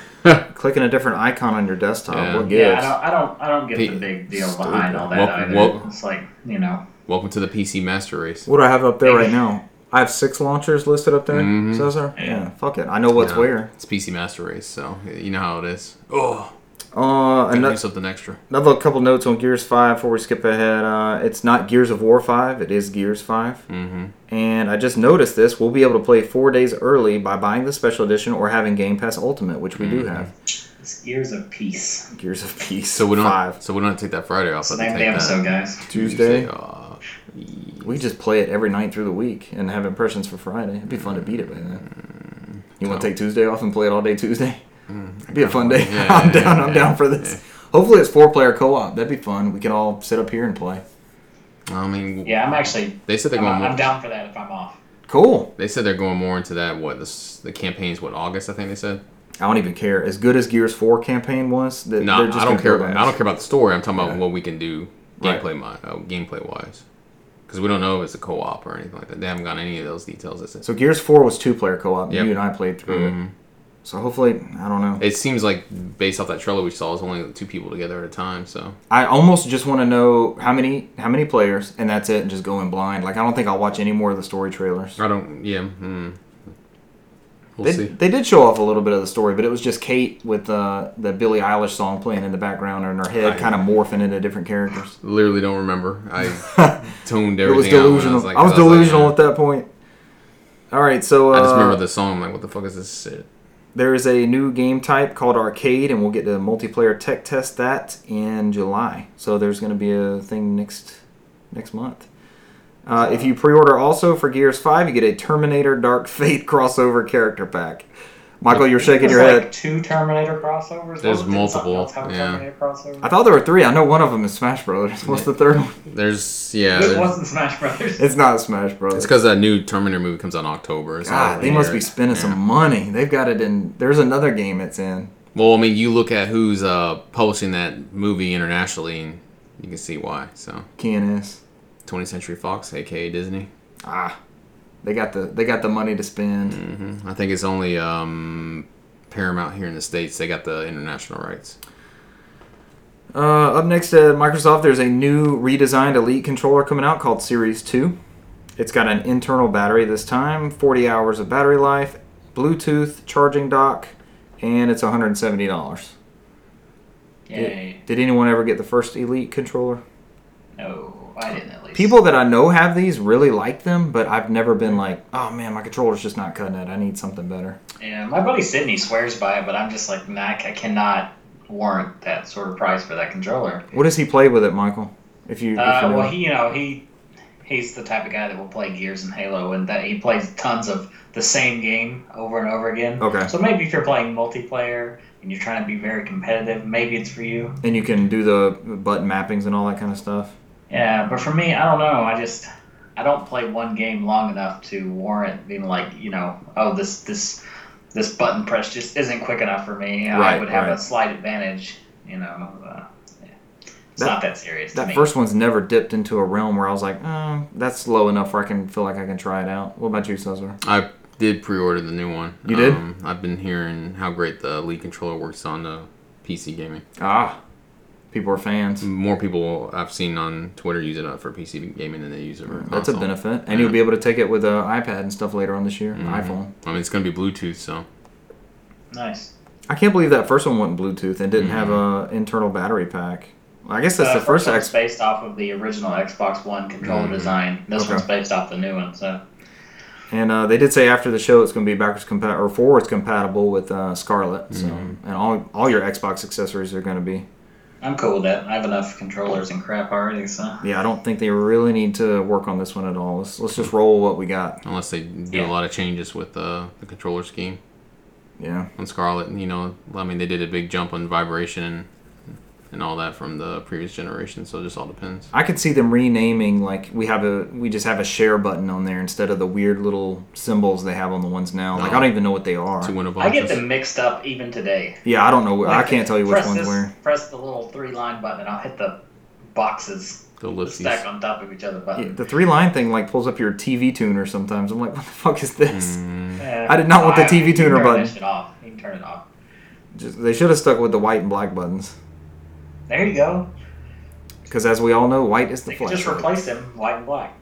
A: clicking a different icon on your desktop.
B: Yeah.
A: What
C: yeah,
A: gives?
C: I don't, I don't, I don't get
B: Pe-
C: the big deal behind all that
B: Well-
C: either.
B: well-
C: it's like you know,
B: Welcome to the PC master race.
A: what do I have up there right now? I have six launchers listed up there. Cesar. Yeah. Fuck it. I know what's
B: Mm-hmm. Yeah.
A: where.
B: It's PC master race, so you know how it is. Oh,
A: Uh,
B: gotta do
A: another,
B: something extra.
A: another couple notes on Gears Five before we skip ahead. Uh, it's not Gears of War Five. It is Gears 5
B: Mm-hmm.
A: And I just noticed this. We'll be able to play four days early by buying the special edition or having Game Pass Ultimate, which we do have.
C: it's years of peace.
A: Gears of Peace.
B: Mm-hmm. So we don't.
A: Five.
B: So we don't have to take that Friday off.
C: It's the
B: but
C: name of the
B: take that uh,
C: episode, guys.
A: Tuesday.
B: off.
A: We just play it every night through the week and have impressions for Friday. It'd be fun to beat it by then. You want to take Tuesday off and play it all day Tuesday? It'd be a fun day.
B: Mm, Yeah,
A: I'm
B: yeah,
A: down. I'm
B: yeah,
A: down for this. Hopefully, it's four player co op. That'd be fun. We could all sit up here and play.
B: I mean,
C: Yeah, I'm actually.
B: They said they're
C: I'm,
B: going. more,
C: I'm down for that if I'm off.
A: Cool.
B: They said they're going more into that. What this the campaign's what August? I think they said.
A: I don't even care. As good as Gears Four campaign was, that
B: No,
A: they're just
B: I don't
A: gonna go
B: care.
A: back.
B: I don't care about the story. I'm talking about
A: Yeah.
B: what we can do
A: Right.
B: gameplay mi uh, gameplay wise, because we don't know if it's a co-op or anything like that. They haven't got any of those details. That's it.
A: So Gears Four was two player co op.
B: Yep. Mm-hmm.
A: You and I played through it. So hopefully, I don't know.
B: It seems like based off that trailer we saw, it's only two people together at a time. So
A: I almost just want to know how many how many players, and that's it, and just go in blind. Like I don't think I'll watch any more of the story trailers.
B: I don't. Yeah. Mm, we'll
A: They,
B: see.
A: they did show off a little bit of the story, but it was just Kate with uh, the Billie Eilish song playing in the background and her head
B: I-
A: kind of morphing into different characters.
B: Literally don't remember. I tuned
A: It was
B: everything out. when
A: delusional. I was,
B: like- 'cause like,
A: delusional
B: yeah.
A: at that point. All right, so uh,
B: I just remember the song. I'm like, what the fuck is this shit?
A: there is a new game type called Arcade, and we'll get to multiplayer tech test that in July. So there's going to be a thing next next month. Uh, if you pre-order also for Gears Five, you get a Terminator Dark Fate crossover character pack. Michael, you're shaking
C: There's
A: your
C: like
A: head.
C: two Terminator crossovers.
B: There's
C: Wasn't there something
B: multiple,
C: else have a
B: yeah.
C: Terminator crossover?
A: I thought there were three. I know one of them is Smash Brothers. What's the third one?
B: There's yeah.
C: it
B: there's-
C: wasn't Smash Brothers.
A: It's not Smash Brothers.
B: It's because that new Terminator movie comes out in October. It's
A: God,
B: all
A: they must be
B: weird.
A: spending some money. They've got it in. There's another game it's in.
B: Well, I mean, you look at who's uh, publishing that movie internationally, and you can see why. So,
A: KNS.
B: 20th Century Fox, aka Disney.
A: Ah, they got the they got the money to spend.
B: hmm I think it's only um, Paramount here in the states. They got the international rights.
A: Uh, up next at Microsoft, there's a new redesigned Elite controller coming out called Series 2. It's got an internal battery this time, 40 hours of battery life, Bluetooth charging dock, and it's $170.
C: Yay.
A: Did anyone ever get the first Elite controller?
C: No, I didn't at least.
A: People that I know have these really like them, but I've never been like, oh man, my controller's just not cutting it. I need something better.
C: Yeah, my buddy Sydney swears by it, but I'm just like, nah, I cannot warrant that sort of price for that controller.
A: What does he play with it, Michael? If you, if you
C: Uh,
A: know.
C: well, he, you know, he he's the type of guy that will play Gears and Halo, and that he plays tons of the same game over and over again.
A: Okay.
C: So maybe if you're playing multiplayer and you're trying to be very competitive, maybe it's for you.
A: and you can do the button mappings and all that kind of stuff.
C: Yeah, but for me, I don't know. I just I don't play one game long enough to warrant being like, you know, oh this this this button press just isn't quick enough for me. I
A: Right,
C: would have
A: right.
C: a slight advantage, you know. Uh, yeah. It's
A: That-
C: not that serious. to
A: That
C: me.
A: first one's never dipped into a realm where I was like, oh, that's slow enough where I can feel like I can try it out. What about you, Cesar?
B: I did pre-order the new one.
A: You did?
B: Um, I've been hearing how great the Elite controller works on the PC gaming.
A: Ah, people are fans.
B: More people I've seen on Twitter use it uh, for PC gaming than they use it for
A: That's a
B: console. Mm-hmm.
A: benefit, and you'll be able to take it with an iPad and stuff later on this year, iPhone.
B: I mean, it's going to be Bluetooth, so
C: nice.
A: I can't believe that first one wasn't Bluetooth and didn't have a internal battery pack. I guess that's
C: Uh,
A: the first
C: one's
A: X.
C: based off of the original Xbox One controller design. This
A: Okay.
C: one's based off the new one, so
A: And uh, they did say after the show it's going to be backwards compatible or forwards compatible with uh, Scarlet. So
B: Mm-hmm.
A: and all all your Xbox accessories are going to be.
C: I'm cool with that. I have enough controllers and crap already, so
A: Yeah, I don't think they really need to work on this one at all. Let's let's just roll what we got.
B: unless they do
C: Yeah.
B: a lot of changes with uh, the controller scheme.
A: Yeah.
B: on Scarlet. You know, I mean, they did a big jump on vibration and and all that from the previous generation. So it just all depends.
A: I could see them renaming like we have a we just have a share button on there instead of the weird little symbols they have on the ones now. Like
B: No.
A: I don't even know what they are.
B: Oh. Two winter
C: I get
B: boxes.
C: them mixed up even today.
A: Yeah, I don't know. wh- I
C: Like,
A: can't tell you which
C: press
A: one's
C: this-
A: where.
C: Press the little three line button, and I'll hit the boxes
B: The ellipses.
C: stacked on top of each other
A: Yeah,
C: button.
A: the three line thing like pulls up your TV tuner sometimes. I'm like, what the fuck is this?
B: Mm,
C: Yeah.
A: I did not want the
C: I-
A: TV
C: you can
A: tuner
C: turn
A: button.
C: That shit off. You can turn it off.
A: Just, they should have stuck with the white and black buttons
C: There you go.
A: because, as we all know, white is the
C: They could just
A: flashlight.
C: replace him white and black.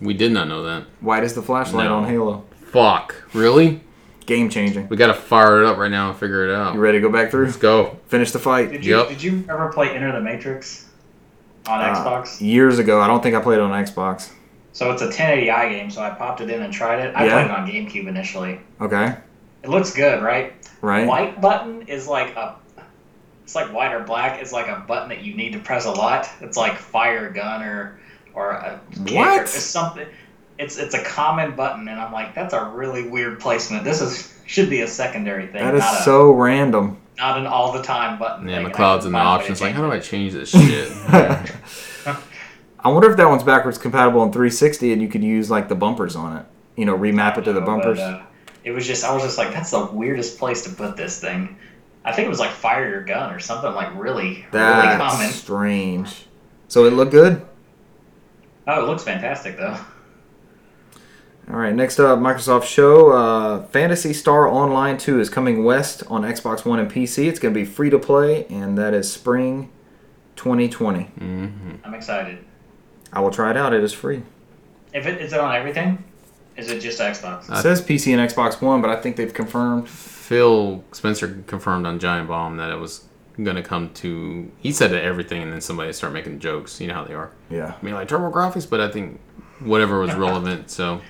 B: we did not know that.
A: White is the flashlight
B: No.
A: on Halo.
B: Fuck. Really?
A: Game changing.
B: We gotta fire it up right now and figure it out.
A: You ready to go back through?
B: Let's go.
A: Finish the fight.
C: Did you
B: Yep.
C: did you ever play Enter the Matrix on
A: Uh,
C: Xbox?
A: Years ago, I don't think I played it on Xbox.
C: So it's a 1080i game. So I popped it in and tried it. I
A: Yeah.
C: played it on GameCube initially.
A: Okay,
C: It looks good, right?
A: right?
C: White button is like a. It's like white or black is like a button that you need to press a lot. It's like fire gun or or a kick
A: What?
C: Or it's something. It's it's a common button, and I'm like, that's a really weird placement. This is should be a secondary thing,
A: That is
C: not a
A: so random.
C: not an all the time button.
B: Yeah,
C: thing.
B: McCloud's in the
C: Find a way to
B: options. Like,
C: change
B: how do I change this shit?
A: I wonder if that one's backwards compatible in 360, and you could use like the bumpers on it. You know, remap it to the
C: know, but,
A: bumpers.
C: uh, it was just, I was just like, that's the weirdest place to put this thing. I think it was like fire your gun or something like really, really
A: That's
C: common.
A: strange. So it looked good.
C: Oh, it looks fantastic though.
A: All right, next up, Microsoft show. Uh, Fantasy Star Online 2 is coming west on Xbox One and PC. It's going to be free to play, and that is spring 2020.
B: Mhm.
C: I'm excited.
A: I will try it out. It is free.
C: If it is it on everything, is it just Xbox?
A: It says PC and Xbox One, but I think they've confirmed.
B: Phil Spencer confirmed on Giant Bomb that it was gonna come to. He said to everything, and then somebody started making jokes. You know how they are.
A: Yeah.
B: I mean, like Turbo Graphics, but I think whatever was relevant. So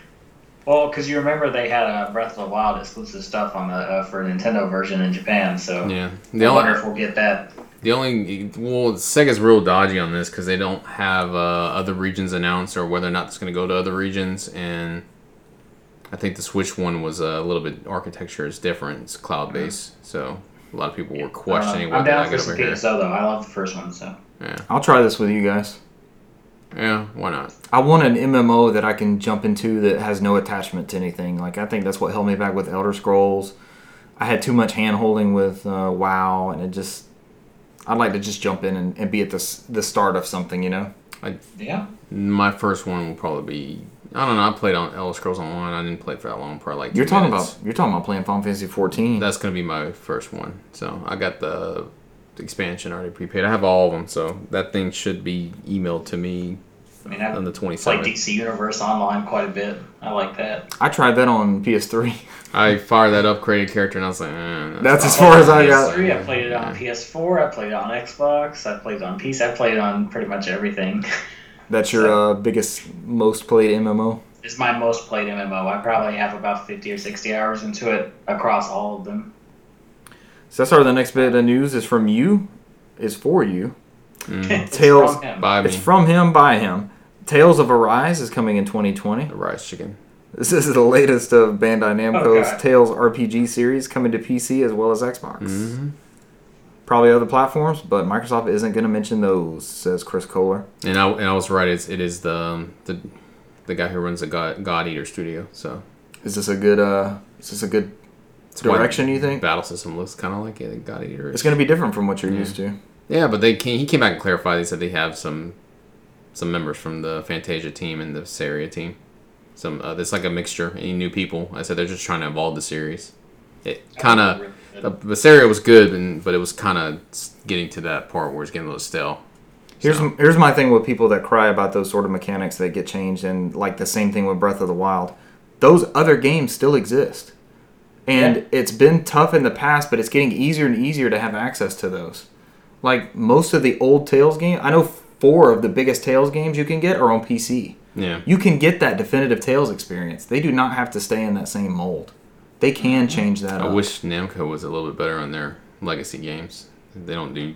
C: Well, because you remember they had a Breath of the Wild exclusive stuff on the uh, for Nintendo version in Japan, so
B: yeah, the
C: I wonder
B: only
C: if we'll get that.
B: the only well, Sega's real dodgy on this because they don't have uh, other regions announced or whether or not it's gonna go to other regions. And I think the Switch one was a little bit architecture is different. It's cloud based, so a lot of people were questioning
C: Uh,
B: whether
C: I'm
B: or
C: down
B: not
C: for
B: get
C: some
B: over here.
C: PSO though. I love the first one, so
A: I'll try this with you guys.
B: Yeah, why not?
A: I want an MMO that I can jump into that has no attachment to anything. Like I think that's what held me back with Elder Scrolls. I had too much hand holding with uh, WoW, and it just I'd like to just jump in and, and be at the s- the start of something, you know.
C: yeah.
B: My first one will probably be. I don't know. I played on Elder Scrolls Online. I didn't play for that long. Probably like
A: You're
B: two
A: talking
B: minutes.
A: about you're talking about playing Final Fantasy 14.
B: That's gonna be my first one. So I got the expansion already prepaid. I have all of them. So that thing should be emailed to me
C: I mean, I
B: on the twenty
C: play
B: seventh.
C: DC Universe online quite a bit. I like that.
A: I tried that on PS3.
B: I fired that up, created a character, and I was like, eh,
A: That's
B: not-
A: as far as I got.
C: PS3, I played it on PS4, I played it on Xbox, I played it on PC, I played it on pretty much everything.
A: That's your uh, biggest, most played MMO.
C: It's my most played MMO. I probably have about 50 or 60 hours into it across all of them.
A: So that's our the next bit of news is from you, is for you.
C: It's
A: Tales
C: from him.
B: by Mm-hmm. me.
A: It's from him by him. Tales of Arise is coming in 2020.
B: the rice chicken.
A: This is the latest of Bandai Namco's
C: Okay.
A: Tales RPG series coming to PC as well as Xbox.
B: Mm-hmm.
A: Probably other platforms, but Microsoft isn't going to mention those, says Chris Kohler.
B: And I and I was right. It's it is the um, the the guy who runs the God, God Eater Studio. So
A: Is this a good uh is this a good direction you think?
B: battle system looks kind of like it. God Eater.
A: It's going to be different from what you're used to.
B: Yeah, but they came, he came back and clarified. They said they have some some members from the Fantasia team and the Saria team. Some uh, it's like a mixture. Any new people? I said they're just trying to evolve the series. It kind of the Visaria was good, and, but it was kind of getting to that part where it's getting a little stale.
A: Here's here's my thing with people that cry about those sort of mechanics that get changed, and like the same thing with Breath of the Wild. Those other games still exist, and
C: Yeah.
A: it's been tough in the past, but it's getting easier and easier to have access to those. Like most of the old Tales game, I know four of the biggest Tales games you can get are on PC.
B: Yeah,
A: You can get that definitive Tales experience. They do not have to stay in that same mold. They can change that.
B: I
A: up.
B: wish Namco was a little bit better on their legacy games. They don't do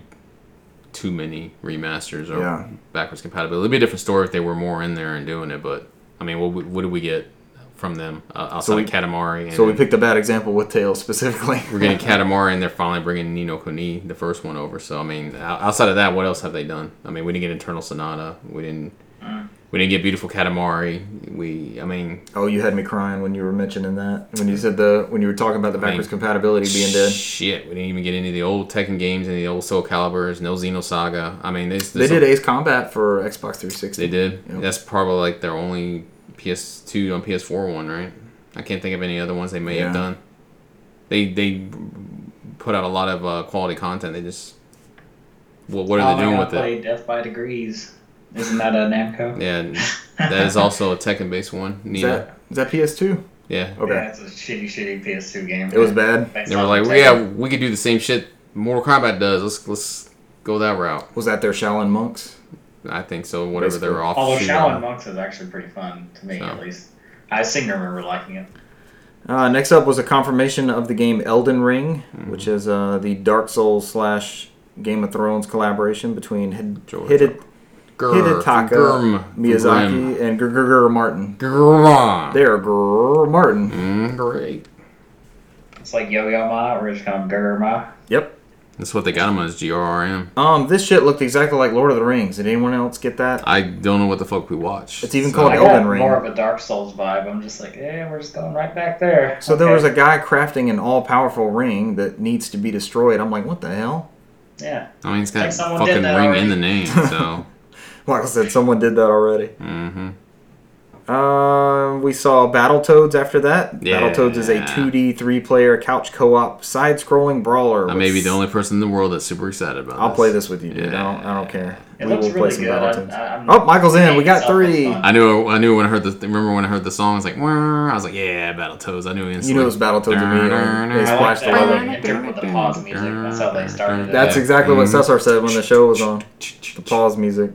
B: too many remasters or
A: Yeah.
B: backwards compatibility. It'd be a different story if they were more in there and doing it. But I mean, what we- what did we get? from them uh, outside
A: So we-
B: of Katamari. And
A: So we picked a bad example with Tails specifically.
B: are getting Katamari, and they're finally bringing Nino Kuni, the first one, over. So I mean, o- outside of that, what else have they done? I mean, we didn't get Eternal Sonata. We didn't. We didn't get Beautiful Katamari. We, I mean,
A: oh, you had me crying when you were mentioning that when you said the when you were talking about the backwards compatibility being dead.
B: shit, we didn't even get any of the old Tekken games, any of the old Soul Calibers, no Xenosaga. I mean, this,
A: They
B: this
A: did Ace Combat for Xbox 360.
B: They did.
A: Yep.
B: That's probably like their only PS2 on PS4 one, right? I can't think of any other ones they may
A: Yeah.
B: have done. They they put out a lot of uh, quality content. They just well, what are
C: oh,
B: they doing
C: I
B: with
C: play
B: it?
C: Death by Degrees. Isn't that a Namco?
B: Yeah, and that is also a Tekken based one.
A: Is
B: Nina.
A: that is that PS2?
B: yeah,
A: Okay,
C: Yeah, it's a shitty, shitty PS2 game.
A: it was bad.
C: Based
B: they were
C: off
B: like,
C: of
B: well, yeah, we could do the same shit Mortal Kombat does. Let's let's go that route.
A: Was that their Shaolin monks?
B: I think so. Whatever
A: Basically.
B: they're off.
C: Although
B: shoot
C: Shaolin
B: on.
C: Monks is actually pretty fun to me,
B: So.
C: at least. I seem to remember liking it.
A: Uh, next up was a confirmation of the game Elden Ring,
B: Mm-hmm.
A: which is uh, the Dark Souls slash Game of Thrones collaboration between Hid-
B: George
A: Hidetaka
B: Grr, Gurm,
A: Miyazaki and Gurgur Martin.
B: Grr.
A: They are Grr Martin.
B: Mm, great.
C: It's like Yo Yo Ma, or just kind of Gurr Ma.
A: Yep.
B: That's what they got him on is GRRM.
A: Um, this shit looked exactly like Lord of the Rings. Did anyone else get that?
B: I don't know what the fuck we watched.
A: It's even
C: I
A: called-
C: got
A: Elden Ring.
C: more of a Dark Souls vibe. I'm just like, eh, we're just going right back there.
A: So there was
C: Okay.
A: a guy crafting an all-powerful ring that needs to be destroyed. I'm like, what the hell?
C: Yeah.
B: I mean, it's
C: I
B: got
C: think someone
B: fucking
C: did
B: ring
C: that
B: in
C: already.
B: the name, so.
A: Michael said someone did that already.
B: hmm
A: Um, we saw Battletoads after that.
B: Yeah.
A: Battletoads is a 2D, three-player couch co-op side-scrolling brawler.
B: I
A: with-
B: may be the only person in the world that's super excited about
A: I'll
B: this.
A: play this with you, dude. I,
B: Yeah.
A: don't, I don't care.
C: It looks really good. I- I- I'm-
A: oh, Michael's in. We got
C: It's always
A: three.
C: fun.
B: I knew. I knew when I heard the. Remember when I heard the song? I was like, "Wah," I was like, yeah, Battletoads. I knew instantly.
A: You know it's Battletoads immediately. They
C: I like
A: splashed
C: that
A: all
C: how
A: over.
C: they enter with the pause music. That's how they started it.
A: That's
B: Yeah.
A: exactly what
B: Mhm.
A: Cesar said when the show was on. The pause music.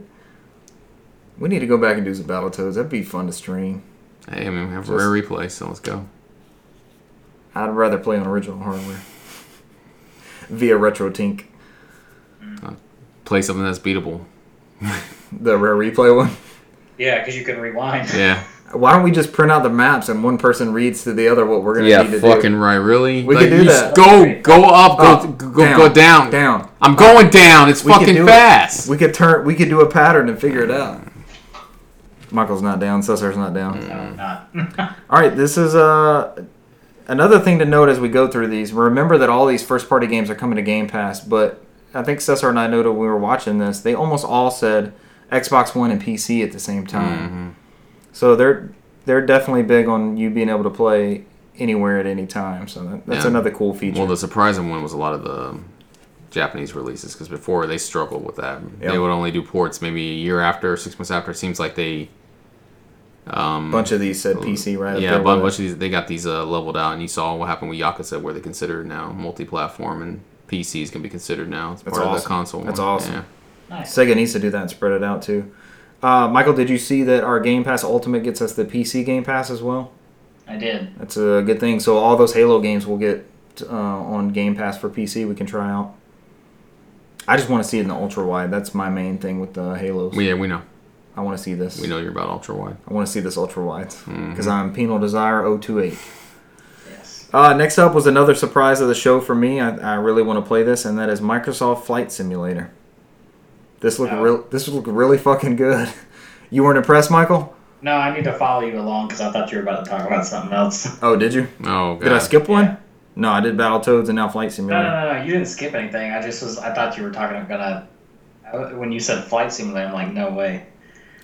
A: We need to go back and do some Battletoads. That'd be fun to stream.
B: Hey, I mean, we have
A: Just-
B: rare replay, so let's go.
A: I'd rather play on original hardware via RetroTink,
B: Play something that's beatable.
A: the rare replay one.
C: Yeah, because you can rewind.
B: Yeah.
A: Why don't we just print out the maps and one person reads to the other what we're gonna need to
B: Fucking
A: do?
B: right. Really?
A: We could do
B: you
A: that.
B: s- Go, go up, go,
A: Up,
B: go, go down.
A: down.
B: I'm going down. It's
A: We could do
B: fucking
A: it.
B: fast.
A: We could turn. We could do a pattern and figure it out. Michael's not down. Cesar's not down.
C: No, not.
A: All right, this is uh, another thing to note as we go through these. Remember that all these first party games are coming to Game Pass, but I think Cesar and I noted when we were watching this, they almost all said Xbox One and PC at the same time.
B: Mm-hmm.
A: So they're they're definitely big on you being able to play anywhere at any time. So that, that's
B: Yeah.
A: another cool feature.
B: Well, the surprising one was a lot of the um, Japanese releases because before they struggled with that.
A: Yeah.
B: They would only do ports maybe a year after, six months after. It seems like they, um,
A: a bunch of these said PC right up
B: yeah,
A: there
B: a bu-
A: with
B: bunch of these they got these uh, leveled out, and you saw what happened with Yakuza, where they considered now multi-platform and PCs can be considered now. It's
A: That's
B: part of
A: awesome.
B: the console.
A: That's
B: one.
A: awesome.
B: Yeah.
A: it.
C: Nice.
A: Sega needs to do that and spread it out too. Uh, Michael, did you see that our Game Pass Ultimate gets us the PC Game Pass as well?
C: I did.
A: That's a good thing. So all those Halo games will get uh, on Game Pass for PC. We can try out. I just want to see it in the ultra wide. That's my main thing with the Halos.
B: We- yeah, we know.
A: I want to see this.
B: We know Mm-hmm. you're about ultra wide.
A: I want to see this ultra wide because I'm Penal Desire 028.
C: Yes.
A: Uh, next up was another surprise of the show for me. I, I really want to play this, and that is Microsoft Flight Simulator. This looked
C: Wow.
A: real. This looked really fucking good. You weren't impressed, Michael?
C: No, I need to follow you along because I thought you were about to talk about something else.
A: Oh, did you?
B: Oh god.
A: Did I skip one?
C: Yeah. Uh.
A: No, I did Battletoads and now Flight
C: No,
A: Simulator.
C: no, no, no. You didn't skip anything. I just was. I thought you were talking. I'm gonna. I- When you said flight simulator, I'm like, no way.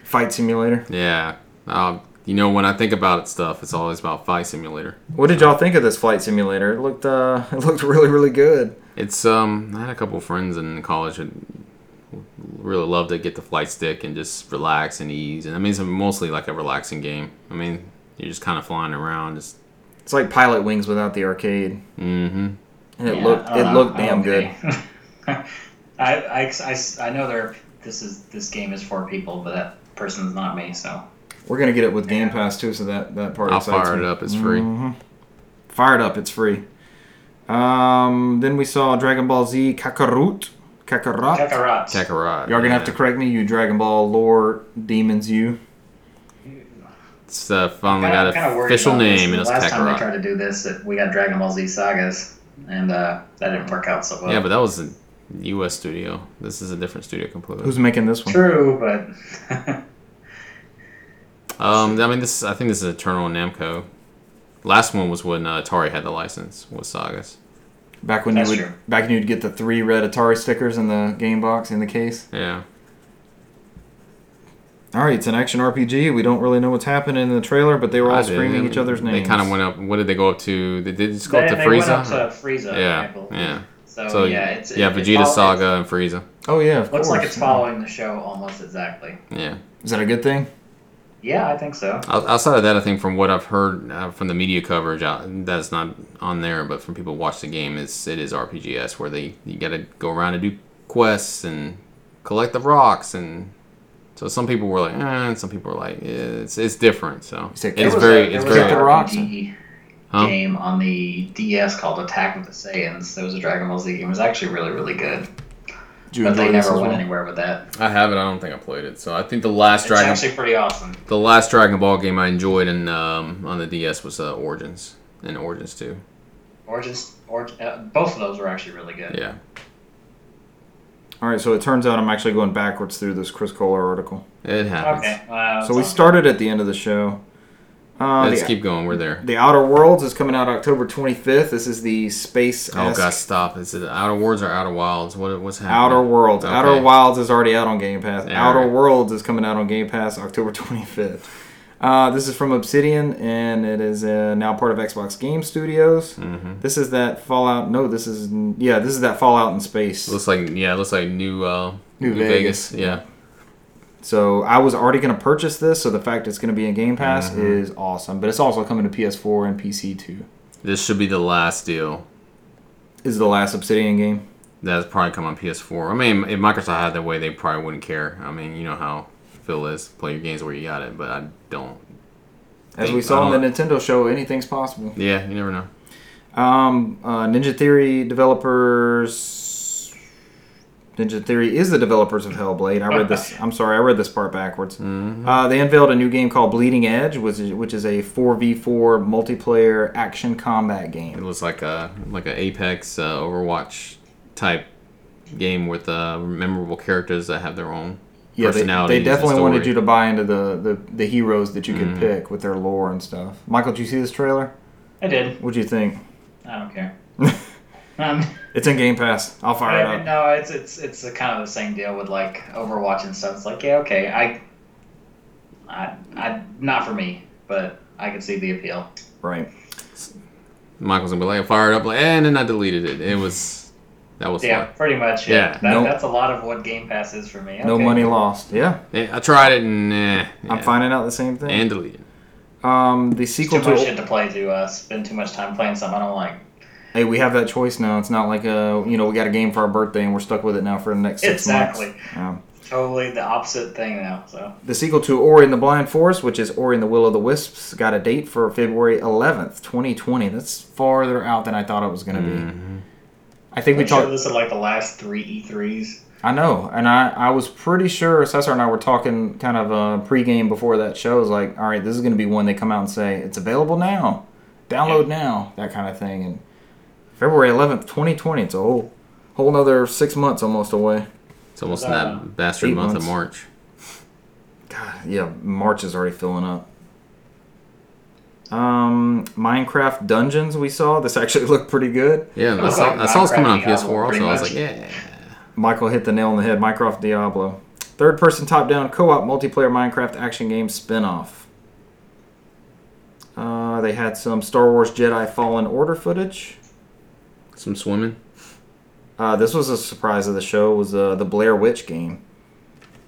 A: Fight Simulator.
B: Yeah. Um, you know when I think about it, stuff it's always about Flight Simulator.
A: What did y'all think of this flight simulator? It looked uh, it looked really really good.
B: It's um, I had a couple friends in college that really loved to get the flight stick and just relax and ease. And I mean, it's mostly like a relaxing game. I mean, you're just kind of flying around, just
A: It's like Pilot Wings without the arcade,
B: mm-hmm.
A: and it
C: Yeah,
A: looked
C: I
A: it
C: don't know.
A: looked damn
C: I'm okay. I, I, I, I know there. This is this game is for people, but that person's not me. So
A: good. We're gonna get it with Game Pass too, so that that part.
B: I'll
A: excites
B: fire
A: me. Mm-hmm.
B: it up. It's free.
A: Fire it up. It's free. Um, then we saw Dragon Ball Z Kakarot. Kakarot.
C: Kakarot.
B: Kakarot.
A: Y'all gonna have to
B: yeah.
A: correct me, you Dragon Ball lore demons. You
B: It's uh, finally got an official name, and it's
C: Last time we
B: Kakarot.
C: tried to do this, it, we got Dragon Ball Z sagas, and uh, that didn't work out so well.
B: Yeah, but that was a U.S. studio. This is a different studio completely.
A: Who's making this one?
C: true, but
B: Um, I mean, this I think this is Eternal and Namco. Last one was when uh, Atari had the license with Sagas.
A: Back when you
C: That's
A: would
C: true.
A: back when you'd get the three red Atari stickers in the game box in the case.
B: Yeah,
A: All right, it's an action RPG. We don't really know what's happening in the trailer, but they were all
B: I did.
A: screaming each other's
B: They
A: names.
B: kind of went up. What did they go up to? They did just go
C: they,
B: up to
C: they went up
B: Frieza.
C: to Frieza. I
B: yeah,
C: believe.
B: yeah.
C: So,
B: So
C: oh, yeah, it's
B: yeah,
C: it- it
B: Vegeta
C: follows-
B: Saga and Frieza.
A: Oh yeah, of
C: Looks like
A: course.
C: it's following the show almost exactly.
B: Yeah.
A: Is that a good thing?
C: Yeah, I think so.
B: Out- Outside of that, I think from what I've heard uh, from the media coverage, uh, that's not on there, but from people who watch the game, it's it is RPGs where they you got to go around and do quests and collect the rocks and. So some people were like, eh, and some people were like, eh, it's it's different. So
A: It's like-
B: it's
A: There was
B: very
C: a,
B: it's
C: there was
A: Kick
B: very
A: the
C: an
A: rocks.
C: RPG
B: Huh?
C: game on the DS called Attack of the Saiyans. There was a Dragon Ball Z game. It was actually really, really good.
A: Did you
C: but they
A: enjoy this
C: never
A: as
C: went
A: well?
C: anywhere with that.
B: I have it. I don't think I played it. So I think the last Dragon
C: It's actually pretty awesome.
B: the last Dragon Ball game I enjoyed in um, on the DS was uh, Origins and Origins Two.
C: Origins, or, uh, both of those were actually really good.
B: Yeah.
A: All right, so it turns out I'm actually going backwards through this Chris Kohler article.
B: It happens.
C: Okay. uh, Well,
A: So we started at the end of the show. Uh,
B: Let's
A: the,
B: keep going. We're there.
A: the Outer Worlds is coming out October 25th. This is the space
B: Oh god, stop! Is it Outer Worlds or Outer Wilds? What what's happening?
A: Outer Worlds.
B: Okay.
A: Outer Wilds is already out on Game Pass.
B: Alright.
A: Outer Worlds is coming out on Game Pass October 25th. Uh, this is from Obsidian, and it is uh, now part of Xbox Game Studios.
B: Mhm.
A: This is that Fallout. No, this is yeah, this is that Fallout in space.
B: Looks like yeah, it looks like New uh,
A: New Vegas.
B: Yeah,
A: So I was already going to purchase this, so the fact it's going to be in Game Pass
B: Mm-hmm.
A: is awesome. But it's also coming to PS4 and PC too.
B: this should be the last deal.
A: Is the last Obsidian game?
B: That's probably come on PS4. I mean, if Microsoft had their way, they probably wouldn't care. I mean, you know how Phil is. Play your games where you got it, but I don't.
A: As
B: Hey,
A: we saw
B: I
A: in the Nintendo show, anything's possible.
B: Yeah, you never know.
A: Um, uh, Ninja Theory developers. Ninja Theory is the developers of Hellblade. I read this. I'm sorry, I read this part backwards.
B: Mm-hmm.
A: Uh, they unveiled a new game called Bleeding Edge, which is, which is a 4v4 multiplayer action combat
B: It
A: game.
B: looks like a like a Apex uh, Overwatch type game with uh, memorable characters that have their own
A: Yeah, they,
B: personalities.
A: they
B: and
A: definitely wanted
B: story. Mm-hmm.
A: you to buy into the, the, the heroes that you could pick with their lore and stuff. Michael, did you see this trailer?
C: I did.
A: What'd you think?
C: I don't care. Um,
A: It's in Game Pass. I'll fire it
C: I-
A: up.
C: No, it's it's it's a kind of the same deal with like Overwatch and stuff. It's like yeah, okay, I, I, I not for me, but I can see the appeal.
A: Right.
B: Michael's gonna be like, fire it up, like, and then I deleted it. It was that was
C: Yeah,
B: fun.
C: pretty much. Yeah,
B: Yeah,
C: That,
A: no-
C: that's a lot of what Game Pass is for me.
A: No
C: Okay.
A: money lost. Yeah,
B: Yeah, I tried it and eh,
A: I'm
B: yeah.
A: finding out the same thing.
B: and deleted.
A: um, the
C: It's too
A: sequel
C: much
A: to
C: shit to play to uh, spend too much time playing something I don't like.
A: Hey, we have that choice now. It's not like uh, you know, we got a game for our birthday and we're stuck with it now for the next six
C: Exactly.
A: months. Um,
C: Totally the opposite thing now. So
A: the sequel to Ori and the Blind Forest, which is Ori and the Will of the Wisps, got a date for February 11th, 2020. That's farther out than I thought it was going to be. I think we
C: we am sure
A: talked.
C: this is like the last three E E3s.
A: I know, and I, I was pretty sure Cesar and I were talking kind of uh, pregame before that show. I was like, all right, this is going to be one they come out and say it's available now, download now, that kind of thing. And February 11th, 2020, it's a whole whole another six months almost away.
B: It's almost
C: Uh,
B: in that bastard
A: eight
B: month
A: months.
B: of March.
A: God, yeah, March is already filling up. Um, Minecraft Dungeons we saw. This actually looked pretty good.
B: Yeah, I
C: was
B: saw,
C: like
B: I saw it's coming on
C: Minecraft
B: PS4
C: Diablo,
B: also. I was like,
C: pretty
B: yeah.
A: Michael hit the nail on the head. Minecraft Diablo. Third person top down co op multiplayer Minecraft action game spin off. Uh, they had some Star Wars Jedi Fallen Order footage.
B: Some swimming.
A: Uh, this was a surprise of the show. Was uh, the Blair Witch game?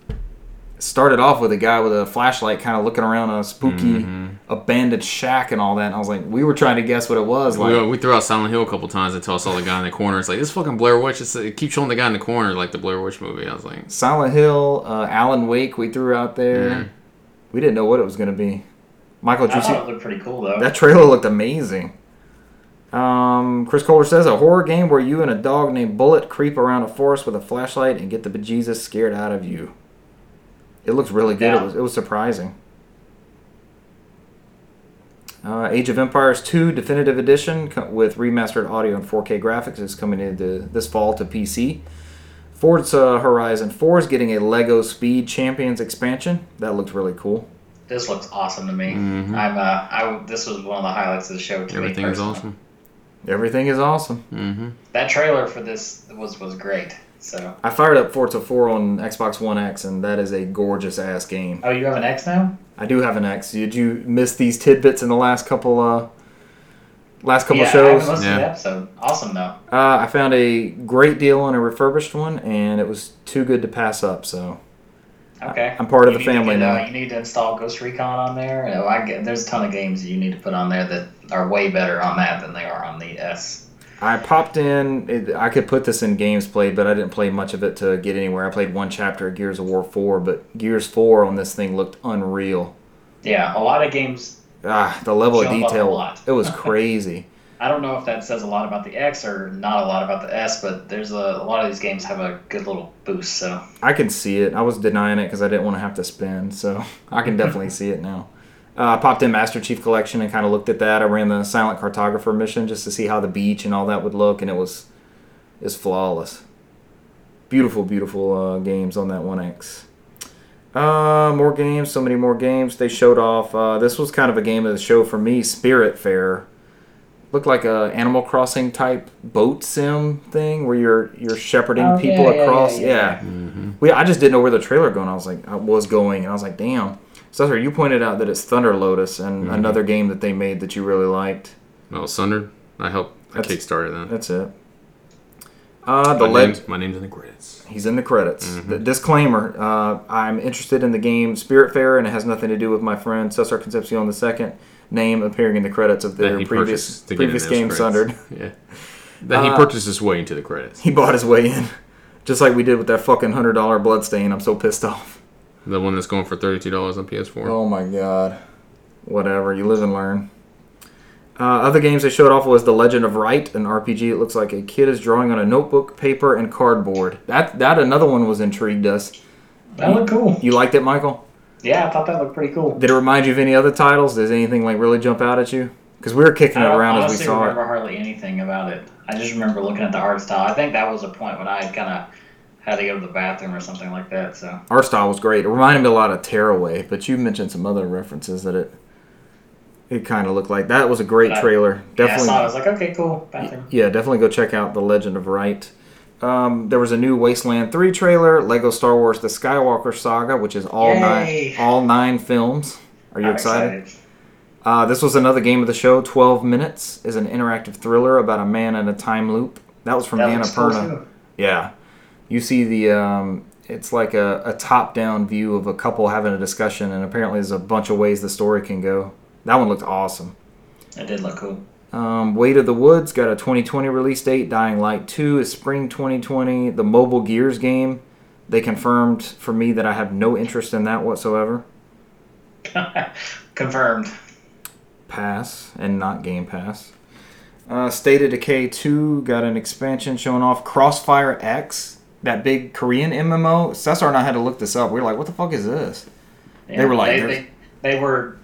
A: It started off with a guy with a flashlight, kind of looking around a spooky,
B: Mm-hmm.
A: abandoned shack and all that. And I was like, we were trying to guess what it was. Like,
B: we, we threw out Silent Hill a couple times until I saw the guy in the corner. It's like, this fucking Blair Witch. It's, it keeps showing the guy in the corner like the Blair Witch movie. I was like,
A: Silent Hill, uh, Alan Wake, we threw out there.
B: Mhm.
A: We didn't know what it was going to be. Michael, did
C: I
A: you see
C: thought it looked pretty cool though.
A: that trailer? Looked amazing. Um, Chris Kohler says a horror game where you and a dog named Bullet creep around a forest with a flashlight and get the bejesus scared out of you. It looks really good.
C: Yeah.
A: It was it was surprising. Uh, Age of Empires 2 Definitive Edition co- with remastered audio and 4K graphics is coming into this fall to PC. Forza Horizon 4 is getting a Lego Speed Champions expansion. That looks really cool.
C: This looks awesome to
A: Mm-hmm.
C: me. I'm uh, I this was one of the highlights of the show. To
B: mm-hmm. Everything
C: me
B: is
C: personally.
B: awesome.
A: Everything is awesome.
B: Mm-hmm.
C: That trailer for this was was great. So,
A: I fired up Forza 4 on Xbox One X, and that is a gorgeous ass game.
C: oh, you have an X now?
A: I do have an X. Did you miss these tidbits in the last couple uh, last couple
C: yeah, I
A: shows?
C: haven't listened
B: Yeah.
C: to the episode. Awesome though.
A: Uh, I found a great deal on a refurbished one, and it was too good to pass up. So
C: Okay.
A: I'm part of the
C: You need to
A: family
C: get,
A: now.
C: Uh, you need to install Ghost Recon on there. You know, I get, there's a ton of games you need to put on there that are way better on that than they are on the S.
A: I popped in. It, I could put this in games played, but I didn't play much of it to get anywhere. I played one chapter of Gears of War 4, but Gears 4 on this thing looked unreal.
C: Yeah, a lot of games.
A: Ah, the level of
C: Jump up a
A: detail.
C: lot.
A: It was crazy.
C: I don't know if that says a lot about the X or not a lot about the S, but there's a, a lot of these games have a good little boost. So
A: I can see it. I was denying it because I didn't want to have to spend, so I can definitely see it now. Uh, I popped in Master Chief Collection and kind of looked at that. I ran the Silent Cartographer mission just to see how the beach and all that would look, and it was is flawless. Beautiful, beautiful uh, games on that One X. Uh, more games, so many more games. They showed off. Uh, this was kind of a game of the show for me. Spirit Fair looked like a Animal Crossing type boat sim thing where you're you're shepherding
C: Oh, yeah,
A: people
C: yeah, yeah,
A: across.
C: yeah.
A: yeah. We, I just didn't know where the trailer going. I was like, I was going, and I was like, damn. Cesar, you pointed out that it's Thunder Lotus and another game that they made that you really liked.
B: Oh, Sundered. I helped. I
A: That's-
B: kickstarted that.
A: That's it. Uh, the
B: My,
A: leg.
B: name's, my name's in the credits.
A: He's in the credits.
B: Mm-hmm.
A: The disclaimer: uh, I'm interested in the game Spirit Fair, and it has nothing to do with my friend Cesar Concepcion II name appearing in the credits of
B: That
A: their
B: he
A: previous
B: purchased to get in
A: previous
B: those
A: game,
B: credits.
A: Sundered.
B: Yeah. That he purchased his way into the credits.
A: He bought his way in, just like we did with that fucking hundred dollar bloodstain. I'm so pissed off.
B: The one that's going for thirty-two dollars on PS4.
A: Oh my god. Whatever, you live and learn. Uh, other games they showed off was The Legend of Right, an RPG. It looks like a kid is drawing on a notebook, paper, and cardboard. That that another one was intrigued us.
C: that looked cool.
A: You liked it, Michael?
C: Yeah, I thought that looked pretty cool.
A: Did it remind you of any other titles? Does anything like really jump out at you? Because we were kicking it
C: Oh, I don't
A: around as
C: honestly
A: we saw
C: remember
A: it.
C: hardly anything about it. I just remember looking at the art style. I think that was a point when I kind of had to go to the bathroom or something like that. So
A: Our style was great. It reminded me a lot of Tearaway, but you mentioned some other references that it it kind of looked like. That was a great
C: But I-
A: trailer. Definitely.
C: yeah, I saw it. I was like, okay, cool, bathroom.
A: Yeah, definitely go check out The Legend of Right. Um, there was a new Wasteland 3 trailer, Lego Star Wars The Skywalker Saga, which is all
C: Yay.
A: nine all nine films. Are you
C: I'm
A: excited? Uh, this was another game of the show. 12 Minutes is an interactive thriller about a man in a time loop. That was from
C: That looks cool
A: Annapurna.
C: too.
A: Yeah. You see the um it's like a, a top down view of a couple having a discussion and apparently there's a bunch of ways the story can go. That one looked awesome.
C: It did look cool.
A: Um, Weight of the Woods got a 2020 release date. Dying Light 2 is spring 2020. The Mobile Gears game, they confirmed for me that I have no interest in that whatsoever.
C: Confirmed.
A: Pass and not Game Pass. Uh, State of Decay 2 got an expansion showing off Crossfire X, that big Korean MMO. Cesar and I had to look this up. We were like, what the fuck is this?
C: Yeah,
A: They were like,
C: they,
A: there's-
C: they, they were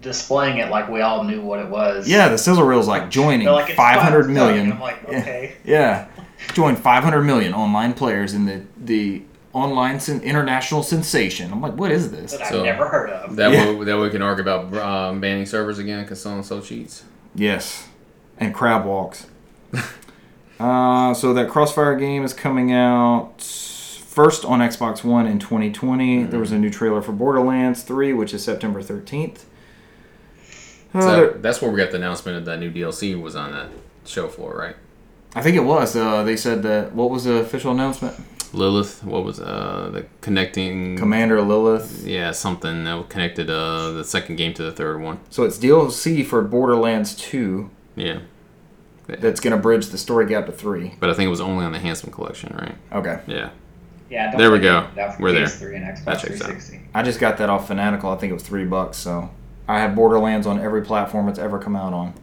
C: displaying it like we all knew what it was.
A: Yeah, the sizzle reel's like joining
C: They're like, it's
A: 500
C: fucked up.
A: million.
C: And I'm like, okay.
A: Yeah. Join 500 million online players in the, the online sen- international sensation. I'm like, what is this?
C: That I've
B: So-
C: never heard of.
B: That
A: Yeah.
B: way, that way we can argue about um, banning servers again because so and so cheats.
A: Yes. And crab walks. uh, so that Crossfire game is coming out first on Xbox One in 2020. There was a new trailer for Borderlands 3, which is September 13th. Uh,
B: So
A: there-
B: that's where we got the announcement of that new DLC was on that show floor, right?
A: I think it was. Uh, they said that. What was the official announcement?
B: Lilith, what was uh, the connecting?
A: Commander Lilith.
B: Yeah, something that connected uh, the second game to the third one.
A: So it's DLC for Borderlands 2
B: Yeah,
A: that's going to bridge the story gap to 3.
B: but I think it was only on the Handsome Collection, right?
A: Okay.
B: Yeah,
C: Yeah, I don't
B: There we
C: think
B: go.
C: they did that for
B: We're there.
C: PS3 and Xbox
B: That checks out.
C: 360.
A: I just got that off Fanatical. I think it was 3 bucks, so I have Borderlands on every platform it's ever come out on.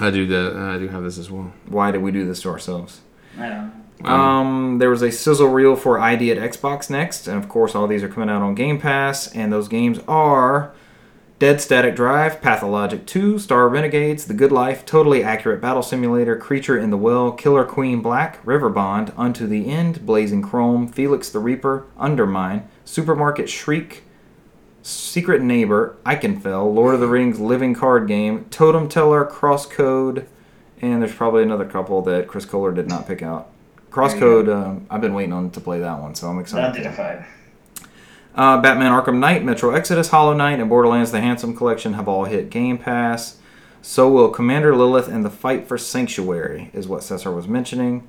B: I do that. I do have this as well.
A: Why did we do this to ourselves?
C: I don't know.
A: Um, there was a sizzle reel for ID at Xbox next, and of course, all these are coming out on Game Pass, and those games are Dead Static Drive, Pathologic 2, Star Renegades, The Good Life, Totally Accurate Battle Simulator, Creature in the Well, Killer Queen Black, River Bond, Unto the End, Blazing Chrome, Felix the Reaper, Undermine, Supermarket Shriek, Secret Neighbor, Eichenfell, Lord of the Rings Living Card Game, Totem Teller, Crosscode, and there's probably another couple that Chris Kohler did not pick out. Crosscode, um, I've been waiting on to play that one, so I'm excited.
C: Unidentified.
A: Uh, Batman Arkham Knight, Metro Exodus, Hollow Knight, and Borderlands The Handsome Collection have all hit Game Pass. So will Commander Lilith and the Fight for Sanctuary, is what Cesar was mentioning.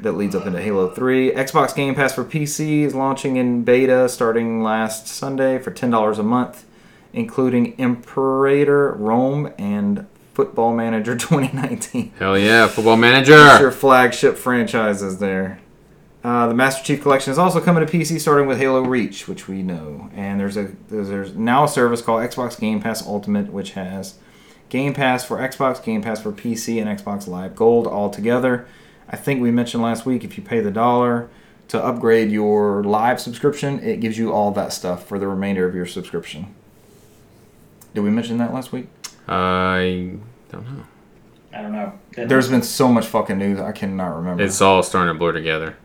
A: That leads up into Halo 3. Xbox Game Pass for PC is launching in beta starting last Sunday for $10 a month, including Imperator, Rome, and Football Manager 2019.
B: Hell yeah, football
A: That's your
B: manager.
A: flagship franchises there. Uh, the Master Chief Collection is also coming to PC, starting with Halo Reach, which we know. And there's a there's, there's now a service called Xbox Game Pass Ultimate, which has Game Pass for Xbox, Game Pass for PC, and Xbox Live Gold all together. I think we mentioned last week if you pay the dollar to upgrade your live subscription, it gives you all that stuff for the remainder of your subscription. Did we mention that last week?
B: I don't know.
C: I don't know. Didn't-
A: There's been so much fucking news, I cannot remember.
B: It's all starting to blur together.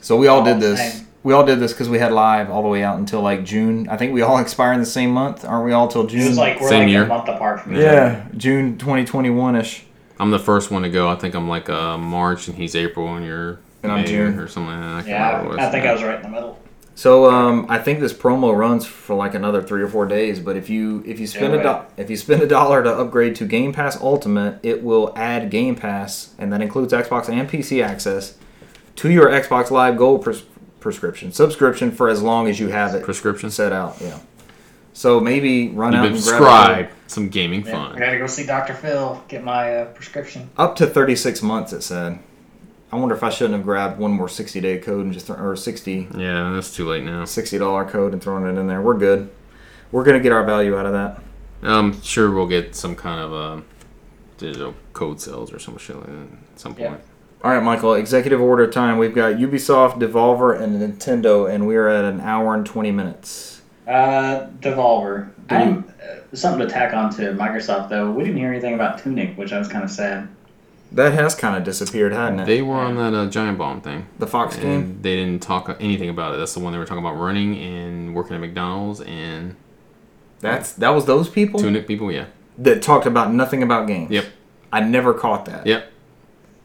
A: So we all did
C: All
A: this.
C: same.
A: We all did this because we had live all the way out until like June. I think we all expire in the same month, aren't we? All till June.
C: it was like we're
B: Same
C: like
B: year.
C: a month apart from each other.
A: yeah, June 2021 ish.
B: I'm the first one to go. I think I'm like uh, March and he's April and you're
A: And I'm
B: May
A: June.
B: or something. Like that.
C: Yeah,
B: can't remember what it
C: I think I was right in the middle.
A: So um, I think this promo runs for like another three or four days. But if you if you spend a
C: Yeah,
A: do-
C: right.
A: if you spend a dollar to upgrade to Game Pass Ultimate, it will add Game Pass, and that includes Xbox and PC access to your Xbox Live Gold pres- prescription subscription for as long as you have it
B: Prescription.
A: set out. Yeah. So maybe run
B: You've
A: out
B: been
A: and grab. a-
B: prescribed some gaming
C: Yeah, I
B: fun.
C: gotta go see Doctor Phil get my uh, prescription.
A: Up to 36 months, it said. I wonder if I shouldn't have grabbed one more 60 day code and just thrown, or 60
B: Yeah, that's too late now.
A: dollar code and thrown it in there. We're good. We're gonna get our value out of that.
B: I'm sure we'll get some kind of uh, digital code sales or some shit like that at some
C: Yeah.
B: point.
A: All right, Michael. Executive order time. We've got Ubisoft, Devolver, and Nintendo, and we are at an hour and 20 minutes.
C: Uh, Devolver. I'm, uh, something to tack on to Microsoft though. We didn't hear anything about Tunic, which I was kind of sad.
A: That has kind of disappeared, hasn't it?
B: They were on that uh, giant bomb thing.
A: the Fox game.
B: And they didn't talk anything about it. That's the one they were talking about running and working at McDonald's and
A: That's that was those people
B: tunic people. Yeah.
A: that talked about nothing about games.
B: Yep.
A: I never caught that.
B: Yep.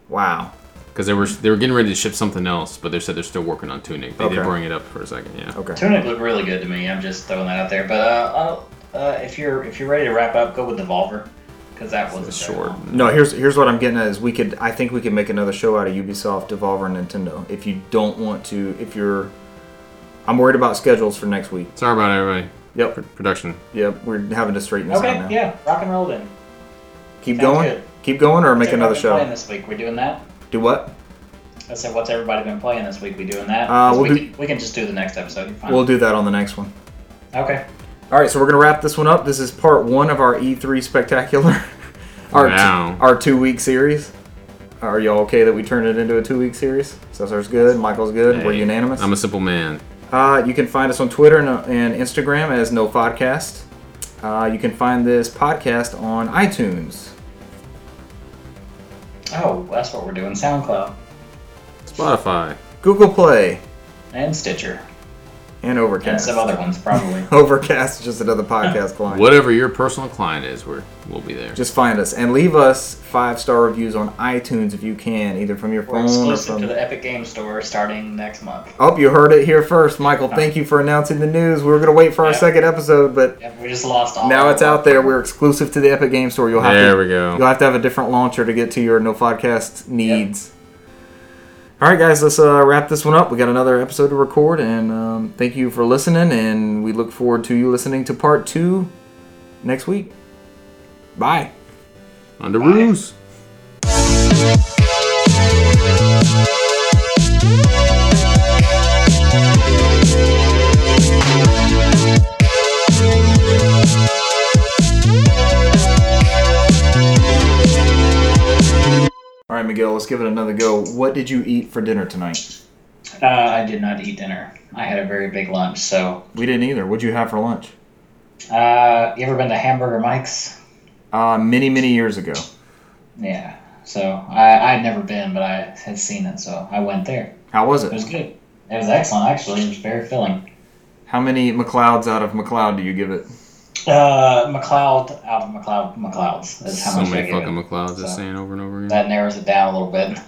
A: Wow.
B: Because they were they were getting ready to ship something else, but they said they're still working on Tunic. They did
A: Okay.
B: bring it up for a second. Yeah.
A: Okay.
C: Tunic looked really good to me. I'm just throwing that out there. But uh, I'll, uh, if you're if you're ready to wrap up, go with Devolver, because that was
B: It's short.
A: No, here's here's what I'm getting at is we could I think we could make another show out of Ubisoft, Devolver, and Nintendo. If you don't want to, if you're, I'm worried about schedules for next week.
B: Sorry about it, everybody.
A: Yep,
B: Production.
A: yep, we're having to straighten this
C: Okay,
A: out now.
C: yeah, rock and roll then.
A: Keep
C: sounds
A: going,
C: good.
A: keep going, or make
C: What's
A: another
C: everybody been Playing
A: show.
C: this week, we're doing that.
A: Do what?
C: I said, what's everybody been playing this week? We doing that?
A: Uh,
C: 'Cause
A: we'll
C: we,
A: do-
C: can, we can just do the next episode. You're fine.
A: We'll do that on the next one.
C: okay.
A: All right, so we're gonna wrap this one up. This is part one of our E3 spectacular, our t-
B: Wow.
A: our two week series. Are y'all okay that we turned it into a two week series? Cesar's good, Michael's good, we're
B: Hey,
A: unanimous.
B: I'm a simple man.
A: Uh, you can find us on Twitter and, uh, and Instagram as No Podcast. Uh, you can find this podcast on iTunes.
C: Oh, that's what we're doing. SoundCloud
B: Spotify.
A: Google Play
C: and Stitcher
A: and
C: and
A: Overcast.
C: some other ones probably.
A: Overcast is just another podcast client.
B: Whatever your personal client is, we're, we'll be there.
A: Just find us and leave us five star reviews on iTunes if you can, either from your
C: We're
A: phone or
C: exclusive
A: from.
C: to the Epic Game Store starting next month.
A: Oh, you heard it here first, Michael. Thank you for announcing the news. We were going to wait for our
C: Yeah.
A: second episode, but
C: Yep, we just lost all.
A: now
C: of
A: it's
C: them.
A: out there. We're exclusive to the Epic Game Store. You'll have
B: There
A: to
B: we go.
A: You'll have to have a different launcher to get to your no podcast needs. All right, guys, let's uh, wrap this one up. We got another episode to record, and um, thank you for listening. And we look forward to you listening to part two next week. Bye.
B: Under ruse.
A: All right, Miguel, let's give it another go. What did you eat for dinner tonight?
C: Uh, I did not eat dinner. I had a very big lunch, so
A: We didn't either. What'd you have for lunch?
C: Uh, you ever been to Hamburger Mike's?
A: Uh, many many years ago.
C: Yeah. So I I'd never been, but I had seen it, so I went there.
A: How was
C: It
A: it?
C: was good. It was excellent, actually. It was very filling.
A: How many McLeods out of McLeod do you give it?
C: Uh, McLeod out of McLeod McLeods is how
B: so
C: much I
B: many
C: gave it.
B: fucking McLeods just
C: So-
B: saying over and over again.
C: That narrows it down a little bit.